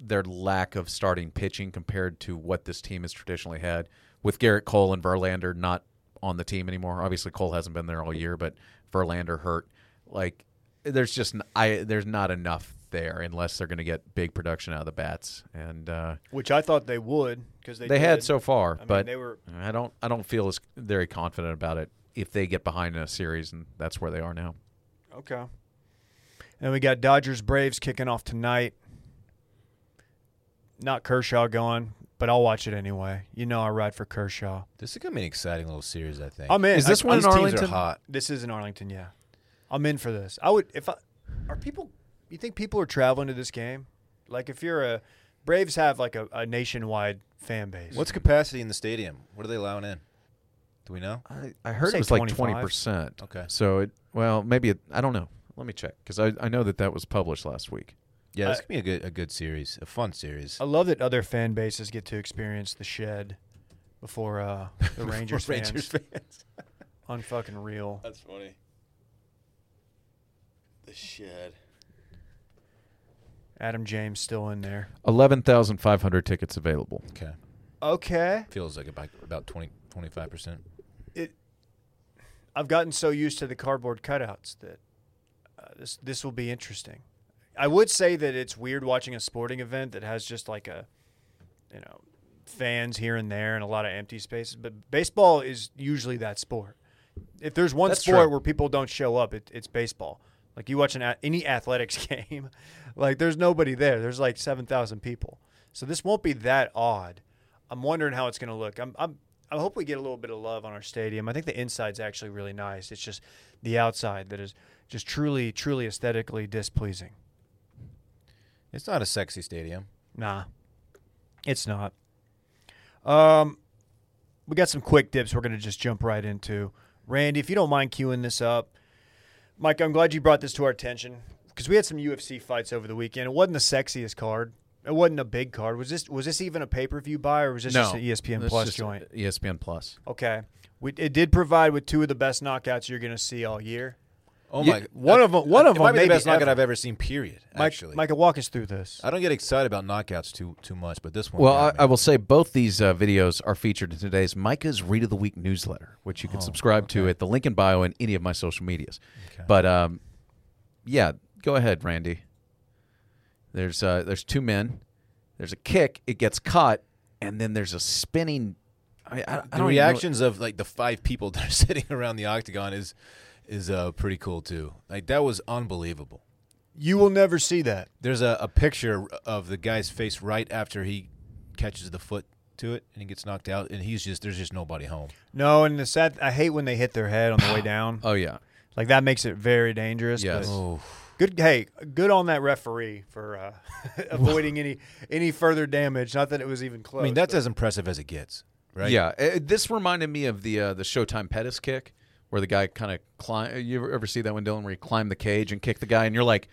D: their lack of starting pitching compared to what this team has traditionally had, with Garrett Cole and Verlander not on the team anymore. Obviously, Cole hasn't been there all year, but Verlander hurt. Like, there's just n- I there's not enough there unless they're going to get big production out of the bats, and uh,
B: which I thought they would because they
D: they, had
B: did.
D: so far.
B: I mean,
D: but
B: they were-
D: I don't I don't feel as very confident about it if they get behind in a series, and that's where they are now.
B: okay. And we got Dodgers Braves kicking off tonight. Not Kershaw going, but I'll watch it anyway. You know I ride for Kershaw.
C: This is gonna be an exciting little series, I think.
B: I'm in.
D: Is this
B: I-
D: one
C: These
D: in
C: teams
D: Arlington?
C: are hot.
B: This is in Arlington, yeah. I'm in for this. I would if I are people. You think people are traveling to this game? Like if you're a Braves have like a, a nationwide fan base.
C: What's capacity in the stadium? What are they allowing in? Do we know?
D: I, I heard
B: Say
D: it was like
B: 25.
D: twenty percent.
C: Okay.
D: So it well maybe it, I don't know. Let me check because I, I know that that was published last week.
C: Yeah, this
B: I-
C: could be a good a good series, a fun series.
B: I love that other fan bases get to experience the shed before uh,
C: <laughs>
D: <laughs>
B: the Rangers, fans.
C: Rangers fans.
B: Unfucking real.
E: That's funny. The shed.
B: Adam James still in there.
D: Eleven thousand five hundred tickets available.
C: Okay,
B: Okay.
C: feels like about about 25 percent.
B: It. I've gotten so used to the cardboard cutouts that uh, this this will be interesting. I would say that it's weird watching a sporting event that has just like a, you know, fans here and there and a lot of empty spaces. But baseball is usually that sport. If there's one
D: That's
B: sport
D: true.
B: where people don't show up, it, it's baseball. Like you watch an a- any athletics <laughs> game, like there's nobody there. There's like seven thousand people, so this won't be that odd. I'm wondering how it's going to look. I'm, I'm I hope we get a little bit of love on our stadium. I think the inside's actually really nice. It's just the outside that is just truly, truly aesthetically displeasing.
C: It's not a sexy stadium.
B: Nah, it's not. Um, we got some quick dips. We're gonna just jump right into. Randy, if you don't mind queuing this up, Mike, I'm glad you brought this to our attention because we had some UFC fights over the weekend. It wasn't the sexiest card. It wasn't a big card. Was this was this even a pay per view buy or was this just E an E ESPN
D: that's
B: Plus
D: just
B: joint?
D: ESPN Plus.
B: Okay, we, it did provide with two of the best knockouts you're gonna see all year.
C: Oh
B: Yeah,
C: my!
B: one of 'em- one
C: it
B: of 'em
C: might be
B: maybe
C: the best knockout
B: ever.
C: I've ever seen. Period. Actually,
B: Mike, Micah, walk us through this.
C: I don't get excited about knockouts too too much, but this one.
D: Well,
C: got me.
D: I, I will say both these uh, videos are featured in today's Micah's Read of the Week newsletter, which you can subscribe to at the link in bio and any of my social medias. But um, yeah, go ahead, Randy. There's uh, there's two men. There's a kick. It gets caught, and then there's a spinning. I, I, I don't even
C: the
D: know-
C: reactions of like the five people <laughs> that are sitting around the octagon is is uh, pretty cool too. Like that was unbelievable.
B: You will never see that.
C: There's a, a picture of the guy's face right after he catches the foot to it and he gets knocked out, and he's just there's just nobody home.
B: No, and the sad. I hate when they hit their head on the way down.
D: Oh yeah,
B: Like that makes it very dangerous.
D: Yes.
B: but-
C: Oh,
B: Good. Hey, good on that referee for uh, <laughs> avoiding any any further damage. Not that it was even close.
C: I mean that's
B: but-
C: as impressive as it gets, right?
D: yeah. Uh, this reminded me of the uh, the Showtime Pettis kick, where the guy kind of climb. You ever- ever see that one, Dylan, where he climbed the cage and kicked the guy, and you're like,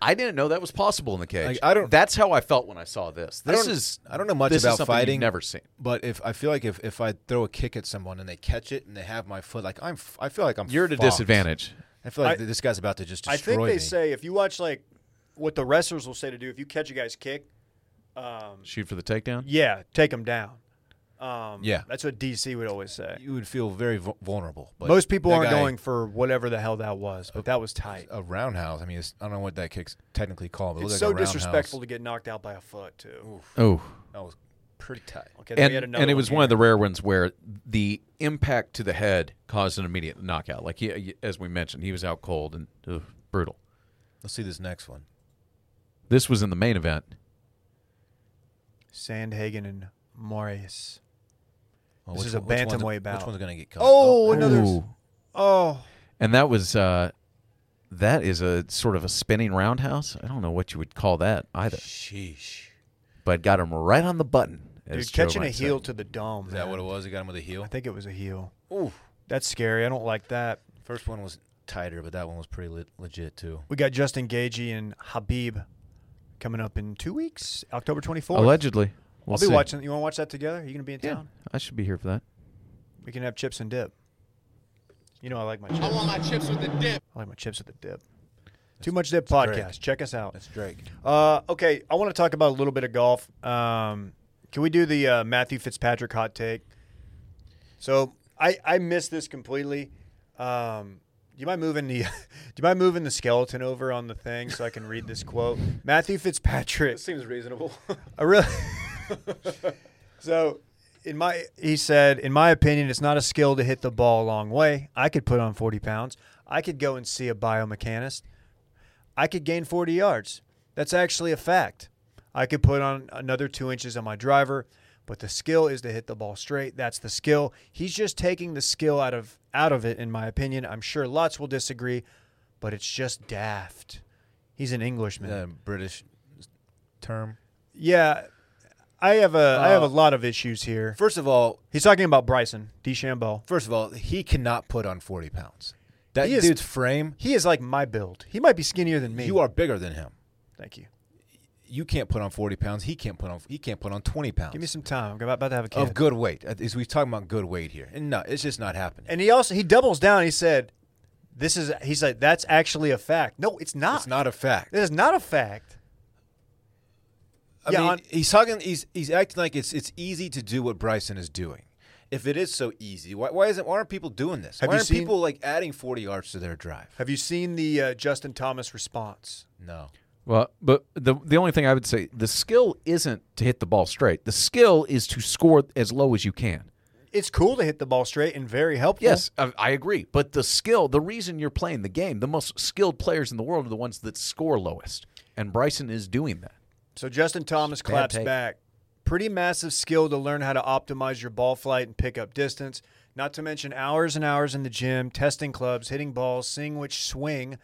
D: I didn't know that was possible in the cage.
C: Like, I don't-
D: That's how I felt when I saw this.
C: I don't-
D: This is
C: I don't know much
D: this is
C: about
D: something you've
C: fighting.
D: Never seen.
C: But if I feel like if, if I throw a kick at someone and they catch it and they have my foot, like I'm, f- I feel like I'm.
D: You're at a
C: fucked.
D: disadvantage.
C: I feel like
B: I-
C: this guy's about to just destroy
B: I think they
C: me.
B: say if you watch like what the wrestlers will say to do, if you catch a guy's kick,
D: Shoot for the takedown.
B: Yeah, take them down. Um,
C: Yeah.
B: that's what DC would always say.
C: You would feel very vul- vulnerable. But
B: Most people
C: that
B: aren't
C: guy-
B: going for whatever the hell that was, but that was tight.
C: a roundhouse. I mean, it's, I don't know what that kick's technically called, but it
B: It's
C: looked
B: so
C: like a roundhouse.
B: disrespectful to get knocked out by a foot too.
D: Oh,
C: That was pretty tight.
B: Okay, then we had
D: and
B: another
D: and it was
B: here.
D: one of the rare ones where the impact to the head caused an immediate knockout. Like he, as we mentioned, he was out cold and ugh, brutal.
C: Let's see this next one.
D: This was in the main event.
B: Sandhagen and Morris.
C: Well,
B: This
C: which
B: is a
C: one- which one's-
B: bantamweight
C: Which
B: bout.
C: one's going to get caught?
B: Oh, another. Oh,
D: And that was uh, that is a sort of a spinning roundhouse. I don't know what you would call that either,
C: sheesh.
D: but got him right on the button.
B: dude,
D: as Joe
B: catching a
D: might say.
B: heel to the dome.
C: Is that
B: man.
C: what it was? He got him with a heel.
B: I think it was a heel.
C: Ooh.
B: That's scary. I don't like that.
C: First one was tighter, but that one was pretty le- legit too.
B: We got Justin Gagey and Habib coming up in two weeks, October 24th.
D: Allegedly, we'll
B: I'll be
D: see.
B: watching. You want to watch that together? you going to be in
D: Yeah,
B: town?
D: I should be here for that.
B: We can have chips and dip. You know I like my chips. I want my chips with the dip. I like my chips with the dip. Too Much Dip podcast.
C: great.
B: Check us out.
C: Drake.
B: Uh, okay, I want to talk about a little bit of golf. Um, can we do the uh, Matthew Fitzpatrick hot take? So I I missed this completely. Um, do you mind moving the <laughs> Do you mind moving the skeleton over on the thing so I can read this quote? Matthew Fitzpatrick.
E: Seems
C: <laughs>
E: reasonable.
B: I really. <laughs> so, in my, he said, in my opinion, it's not a skill to hit the ball a long way. I could put on 40 pounds. I could go and see a biomechanist. I could gain 40 yards. That's actually a fact. I could put on another two inches on my driver, but the skill is to hit the ball straight. That's the skill. He's just taking the skill out of out of it, in my opinion. I'm sure lots will disagree, but it's just daft. He's an Englishman.
C: Uh, British term.
B: Yeah, I have a I have
C: Oh.
B: a lot of issues here.
C: First of all,
B: He's talking about Bryson DeChambeau.
C: first of all, he cannot put on forty pounds. That
B: He is-
C: dude's frame.
B: He is like my build. He might be skinnier than me.
C: You are bigger than him.
B: Thank you.
C: You can't put on forty pounds. He can't put on. He can't put on twenty pounds.
B: Give me some time. I'm about to have a kid.
C: of good weight. Uh, Is we talking about good weight here? And no, it's just not happening.
B: And he also he doubles down. He said, "This is." He's like, "That's actually a fact." No, it's not.
C: it's not a fact.
B: It is not a fact.
C: I
B: Yeah,
C: mean,
B: on-
C: he's talking. He's he's acting like it's it's easy to do what Bryson is doing. If it is so easy, why, why isn't why aren't people doing this?
B: Have
C: why
B: you
C: aren't
B: seen-
C: people like adding forty yards to their drive?
B: Have you seen the uh, Justin Thomas response?
C: No,
D: Well, but the the only thing I would say, the skill isn't to hit the ball straight. The skill is to score as low as you can.
B: It's cool to hit the ball straight and very helpful.
D: Yes, I, I agree. But the skill, the reason you're playing the game, the most skilled players in the world are the ones that score lowest, and Bryson is doing that.
B: So Justin Thomas
D: Bad
B: claps
D: take.
B: back. Pretty massive skill to learn how to optimize your ball flight and pick up distance, not to mention hours and hours in the gym, testing clubs, hitting balls, seeing which swing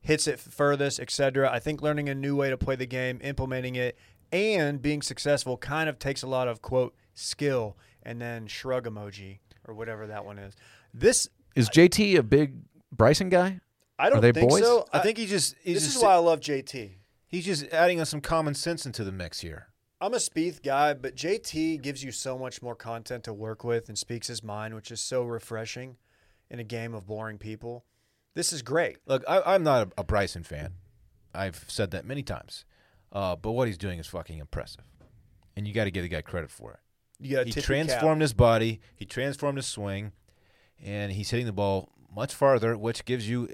B: hits it furthest, etc. I think learning a new way to play the game, implementing it, and being successful kind of takes a lot of quote skill and then shrug emoji or whatever that one is. This
D: Is JT a big Bryson guy?
B: I don't
D: Are they
B: think
D: boys?
B: so.
C: I think he just he's
B: this
C: just
B: is why I love JT.
C: he's just adding on some common sense into the mix here.
B: I'm a Spieth guy, but JT gives you so much more content to work with and speaks his mind, which is so refreshing in a game of boring people. This is great.
C: Look, I, I'm not a, a Bryson fan. I've said that many times, uh, but what he's doing is fucking impressive, and you got to give the guy credit for it.
B: You got
C: he transformed his body. He transformed his swing, and he's hitting the ball much farther, which gives you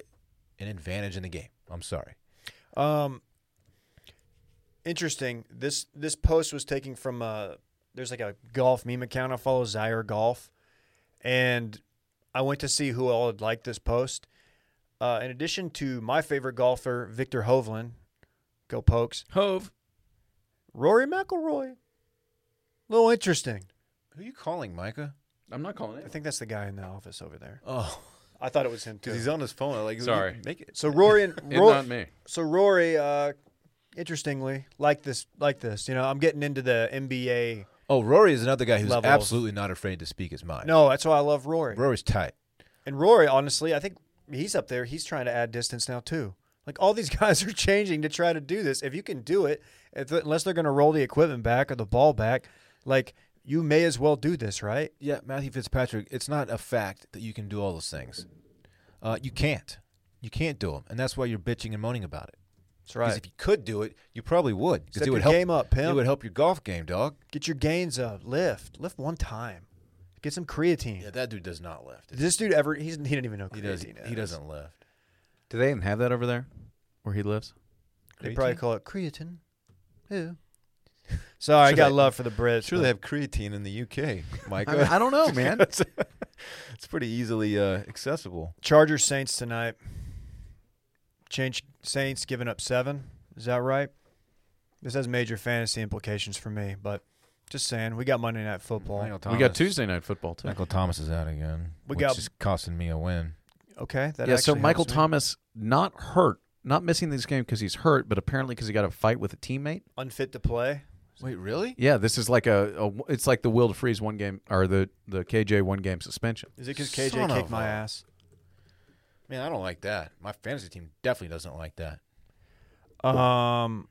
C: an advantage in the game. I'm sorry.
B: Um, interesting. This this post was taken from uh there's like a golf meme account I follow, Zyre Golf, and I went to see who all had liked this post. Uh, in addition to my favorite golfer, Victor Hovland, go Pokes,
D: Hove.
B: Rory McIlroy. Little interesting.
C: Who are you calling, Micah?
D: I'm not calling
B: I think that's the guy in the office over there.
C: Oh,
B: I thought it was him too.
C: because he's on his phone. Like,
D: Sorry.
C: make it.
B: so Rory
D: <laughs>
B: and
D: It's
B: Rory,
D: not me.
B: so Rory, uh, interestingly, like this, like this. You know, I'm getting into the NBA.
C: Oh, Rory is another guy who's
B: Level.
C: absolutely not afraid to speak his mind.
B: No, that's why I love Rory.
C: Rory's tight.
B: And Rory, honestly, I think he's up there. He's trying to add distance now too. Like all these <laughs> guys are changing to try to do this. If you can do it, if, unless they're going to roll the equipment back or the ball back, like you may as well do this, right?
C: Yeah, Matthew Fitzpatrick. It's not a fact that you can do all those things. Uh, you can't. You can't do them, and that's why you're bitching and moaning about it.
B: That's right.
C: if you could do it, you probably would. 'cause
B: Step
C: it would
B: your
C: help,
B: game up, pimp.
C: It would help your golf game, dog.
B: Get your gains up. Lift. Lift one time. Get some creatine.
C: Yeah, that dude does not lift.
B: Did this dude ever? He's, he didn't even know creatine.
C: He does. He
B: is.
C: doesn't lift.
D: Do they even have that over there where he lives?
B: They probably call it creatine. Ew. Sorry, I got
C: they-
B: love for the Brits.
E: Sure,
B: but-
E: they have creatine in the
C: <laughs>
E: UK,
D: I,
E: Micah.
D: mean, I don't know, man.
E: it's, it's pretty easily uh, accessible.
B: Chargers Saints tonight. Change Saints giving up seven. Is that right? This has major fantasy implications for me, but just saying, we got Monday Night Football.
C: Michael
D: <laughs> We got
C: Thomas-
D: Tuesday night football too.
C: Michael Thomas is out again.
B: We
C: which
B: got-
C: is costing me a win.
B: Okay, that
D: yeah, so
B: actually
D: Michael
B: helps me.
D: Thomas not hurt, not missing this game because he's hurt, but apparently because he got a fight with a teammate.
B: unfit to play.
C: Wait, really?
D: Yeah, this is like a, a it's like the will to freeze one game or the the KJ one game suspension.
B: Is it because KJ
C: Son
B: kicked
C: of
B: my
C: a-
B: ass?
C: Man, I don't like that. My fantasy team definitely doesn't like that.
B: Um,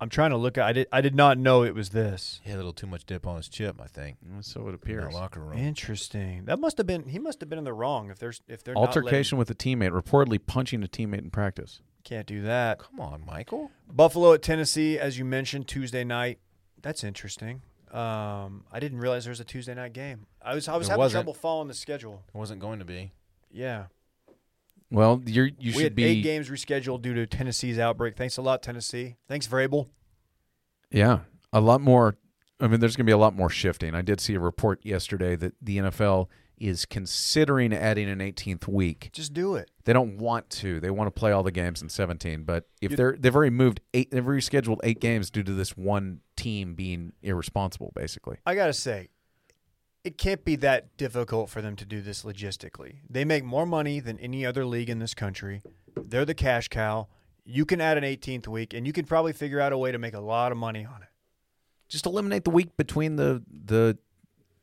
B: I'm trying to look. I did. I did not know it was this.
C: He had a little too much dip on his chip, I think.
D: So it
C: In
D: appears.
C: that locker room.
B: Interesting. That must have been. He must have been in the wrong. If there's if they're not letting-
D: Altercation with a teammate, reportedly punching a teammate in practice.
B: can't do that.
C: Come on, Michael.
B: Buffalo at Tennessee, as you mentioned, Tuesday night. That's interesting. Um, I didn't realize there was a Tuesday night game. I was I was
C: There
B: having
C: wasn't.
B: trouble following the schedule.
C: It wasn't going to be.
B: Yeah,
D: Well, you're, you
B: we
D: should
B: had
D: be
B: eight games rescheduled due to Tennessee's outbreak. Thanks a lot, Tennessee. Thanks, Vrabel.
D: Yeah, a lot more. I mean, there's going to be a lot more shifting. I did see a report yesterday that the NFL is considering adding an 18th week.
B: Just do it.
D: They don't want to. They want to play all the games in 17. But if
B: You-
D: they're they've already moved eight, they've rescheduled eight games due to this one team being irresponsible, basically.
B: I gotta say, it can't be that difficult for them to do this logistically. They make more money than any other league in this country. They're the cash cow. You can add an 18th week, and you can probably figure out a way to make a lot of money on it.
D: Just eliminate the week between the the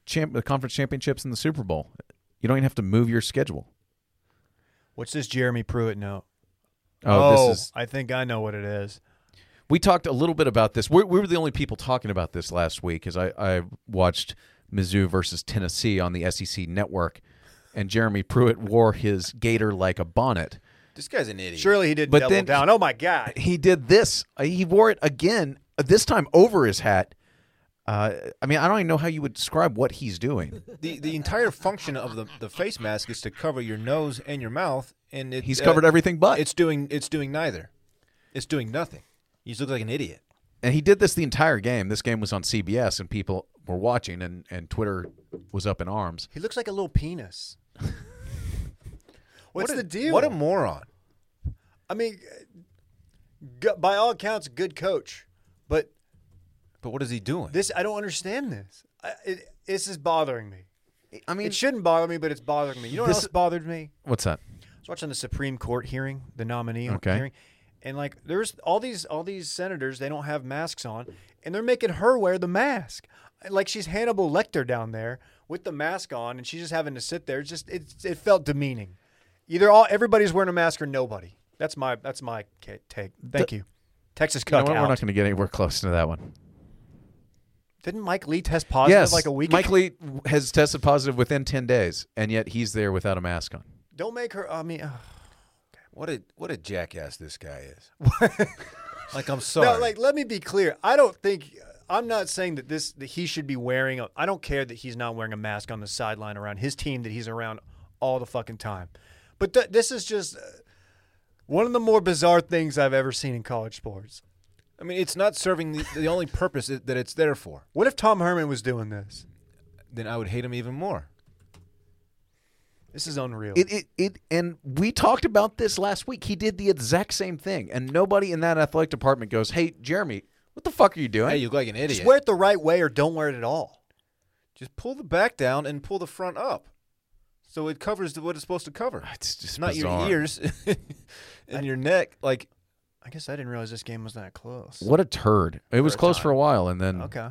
D: champ the conference championships and the Super Bowl. You don't even have to move your schedule.
B: What's this Jeremy Pruitt note?
D: Oh, this is
B: I think I know what it is.
D: We talked a little bit about this. We're, we were the only people talking about this last week as I, I watched Mizzou versus Tennessee on the SEC network, and Jeremy Pruitt wore his gator like a bonnet.
C: This guy's an idiot.
B: Surely he did
D: But
B: double
D: then-
B: down. Oh my god!
D: He did this. Uh, He wore it again, uh, this time over his hat. Uh, I mean, I don't even know how you would describe what he's doing.
C: The the entire function of the, the face mask is to cover your nose and your mouth, and it,
D: He's
C: uh,
D: covered everything but.
C: It's doing it's doing neither. It's doing nothing. You just look like an idiot.
D: and he did this the entire game. This game was on CBS, and people were watching, and, and Twitter was up in arms.
B: He looks like a little penis. What's
C: what
B: the
C: a,
B: deal?
C: What a moron.
B: I mean, g- by all accounts, good coach, but
C: But what is he doing?
B: This I don't understand this. I, it, this is bothering me.
D: I mean,
B: It shouldn't bother me, but it's bothering me. You know what
D: This-
B: else bothered me?
D: what's that?
B: I was watching the Supreme Court hearing, the nominee
D: Okay.
B: hearing, and like there's all these all these senators, they don't have masks on, and they're making her wear the mask. Like she's Hannibal Lecter down there with the mask on, and she's just having to sit there. It's just it, it felt demeaning. Either all everybody's wearing a mask or nobody. That's my that's my ca- take. Thank you. Texas
D: You know
B: cuck
D: what? We're
B: out.
D: not going to get anywhere close to that one.
B: Didn't Mike Lee test positive like a week ago?
D: Mike Lee has tested positive within 10 days, and yet he's there without a mask on.
B: Don't make her. I mean, ugh.
C: what a what a jackass this guy
B: <laughs>
C: is. like I'm sorry.
B: no. Like, let me be clear. I don't think. I'm not saying that this that he should be wearing. A, I don't care that he's not wearing a mask on the sideline around his team that he's around all the fucking time. But th- this is just uh, one of the more bizarre things I've ever seen in college sports.
C: I mean, it's not serving the, the only purpose it, that it's there for.
B: What if Tom Herman was doing this?
C: Then I would hate him even more.
B: This is unreal.
D: It, it, it, and we talked about this last week. He did the exact same thing, and nobody in that athletic department goes, Hey, Jeremy, what the fuck are you doing?
C: Hey, you look like an idiot.
B: just wear it the right way or don't wear it at all.
C: Just pull the back down and pull the front up, so it covers the, what it's supposed to
D: <sighs>
C: cover.
D: <laughs> it's just
C: not
D: bizarre.
C: your ears <laughs> and your neck. Like
B: I guess I didn't realize this game was that close.
D: What a turd. It was
B: a
D: close
B: time.
D: for a while, and then
B: Okay.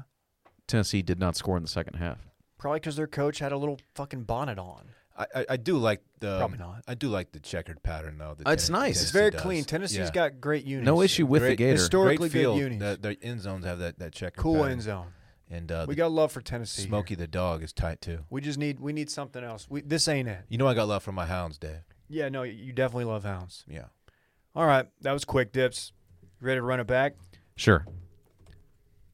D: Tennessee did not score in the second half.
B: Probably because their coach had a little fucking bonnet on.
C: I, I, I do like the um,
B: Probably not.
C: I do like the checkered pattern though. that
D: It's
C: Tennessee-
B: Uh,
D: nice. It's
B: It's
C: Tennessee
B: very
C: does.
B: clean. Tennessee's
C: Yeah.
B: got great units.
D: No issue with
C: Great-
D: the Gator.
B: historic- historically
C: Great
B: good
C: field.
B: unis.
C: The, the end zones have that that checkered
B: Cool
C: pattern.
B: end zone.
C: and uh,
B: We
C: the,
B: got love for Tennessee. here.
C: Smokey the dog is tight too.
B: We just need we need something else. We, this ain't it.
C: You know I got love for my hounds, Dave.
B: Yeah, no, you definitely love hounds.
C: Yeah.
B: All right, that was quick dips. Ready to run it back?
D: Sure.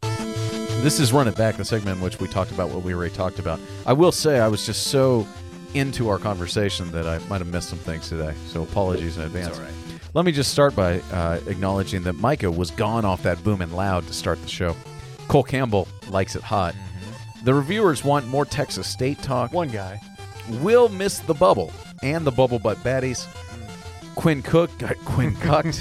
D: This is Run It Back, the segment in which we talked about what we already talked about. I will say I was just so into our conversation that I might have missed some things today, so apologies in advance.
C: all right.
D: Let me just start by uh, acknowledging that Micah was gone off that boom and loud to start the show. Cole Campbell likes it hot.
C: Mm-hmm.
D: The reviewers want more Texas State talk.
B: One guy.
D: Will miss the bubble and the bubble butt baddies. Quinn Cook <laughs> got Quinn cooked.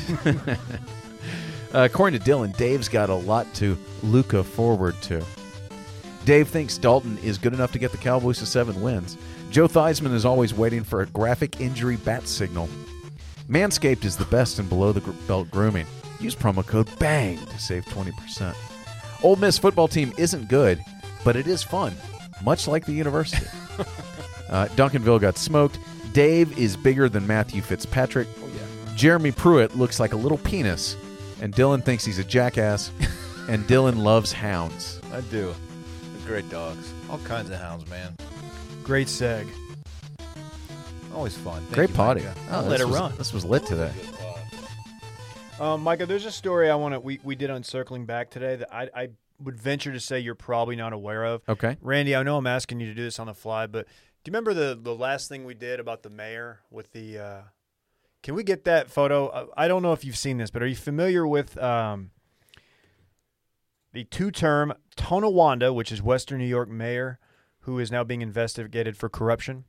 D: uh, according to Dylan, Dave's got a lot to Luca forward to. Dave thinks Dalton is good enough to get the Cowboys to seven wins. Joe Theismann is always waiting for a graphic injury bat signal. Manscaped is the best in below the gr- belt grooming. Use promo code BANG to save 20%. Ole Miss football team isn't good, but it is fun, much like the university. Uh, Duncanville got smoked. Dave is bigger than Matthew Fitzpatrick.
C: Oh,
D: Jeremy Pruitt looks like a little penis, and Dylan thinks he's
C: <laughs>
D: a jackass. and Dylan loves hounds.
C: I do. They're great dogs. All kinds of hounds, man.
B: Great seg.
C: Always fun. Thank
D: Great
C: you,
D: potty.
C: Micah.
D: Oh,
B: Let
D: this
B: it
D: was-
B: run.
D: This was lit today.
B: Um, Micah, there's a story I want to we, we did on circling back today that I, I would venture to say you're probably not aware of.
D: Okay.
B: Randy, I know I'm asking you to do this on the fly, but do you remember the the last thing we did about the mayor with the? Uh, can we get that photo? I, I don't know if you've seen this, but are you familiar with um, the two-term Tonawanda, which is Western New York mayor, who is now being investigated for corruption?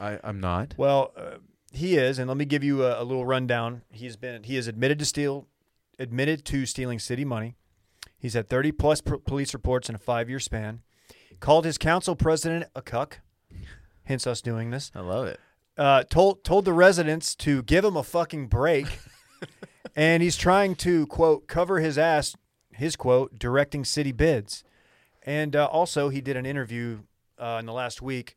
D: I, I'm not.
B: Well, uh, he is, and let me give you a, a little rundown. He's been he is admitted to steal, admitted to stealing city money. He's had 30 plus pr- police reports in a five year span. Called his council president a cuck, hence us doing this.
D: I love it.
B: Uh, told told the residents to give him a fucking
D: <laughs>
B: break, and he's trying to quote cover his ass. His quote directing city bids, and uh, also he did an interview uh, in the last week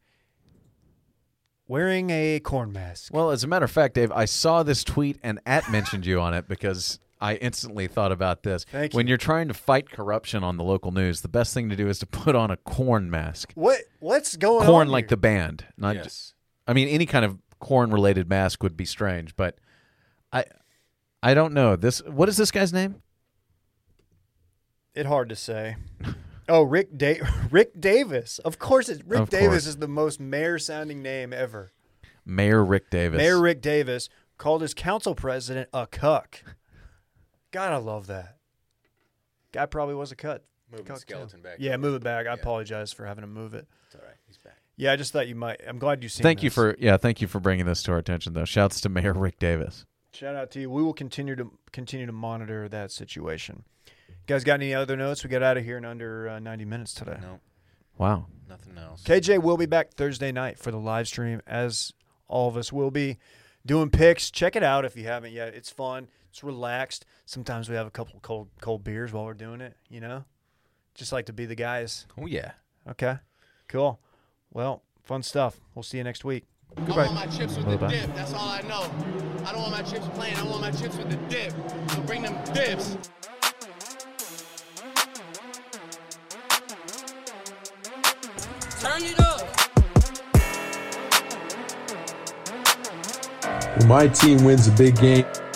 B: wearing a corn mask.
D: Well, as a matter of fact, Dave, I saw this tweet and at mentioned you on it because I instantly thought about this.
B: Thank
D: when
B: you.
D: you're trying to fight corruption on the local news, the best thing to do is to put on a corn mask.
B: What what's going on?
D: Corn like
B: here?
D: the band, not j-
C: Yes.
D: I mean, any kind of corn related mask would be strange, but I I don't know. This what is this guy's name?
B: it hard to say. Oh, Rick da- <laughs> Rick Davis. Of course, it's Rick
D: Of
B: Davis
D: course.
B: is the most mayor sounding name ever.
D: Mayor Rick Davis.
B: Mayor Rick Davis called his council president a cuck. Gotta love that. Guy probably was a cut.
C: Moving
B: cuck too.
C: skeleton back.
B: Yeah, move it back. I apologize for having to move it.
C: It's all right. He's back.
B: Yeah, I just thought you might. I'm glad you seen.
D: Thank you
B: this.
D: for yeah, thank you for bringing this to our attention though. Shouts to Mayor Rick Davis.
B: shout out to you. We will continue to continue to monitor that situation. You guys, got any other notes? We got out of here in under uh, 90 minutes today.
C: No,
D: Wow.
C: nothing else.
B: KJ will be back Thursday night for the live stream, as all of us will be doing picks. Check it out if you haven't yet. It's fun. It's relaxed. Sometimes we have a couple cold cold beers while we're doing it. You know, just like to be the guys.
C: Oh yeah.
B: Okay, cool. Well, fun stuff. We'll see you next week.
G: I want my chips with the dip. That's all I know. I don't want my chips plain. I want my chips with the dip. So bring them dips. Turn it up.
H: When my team wins a big game,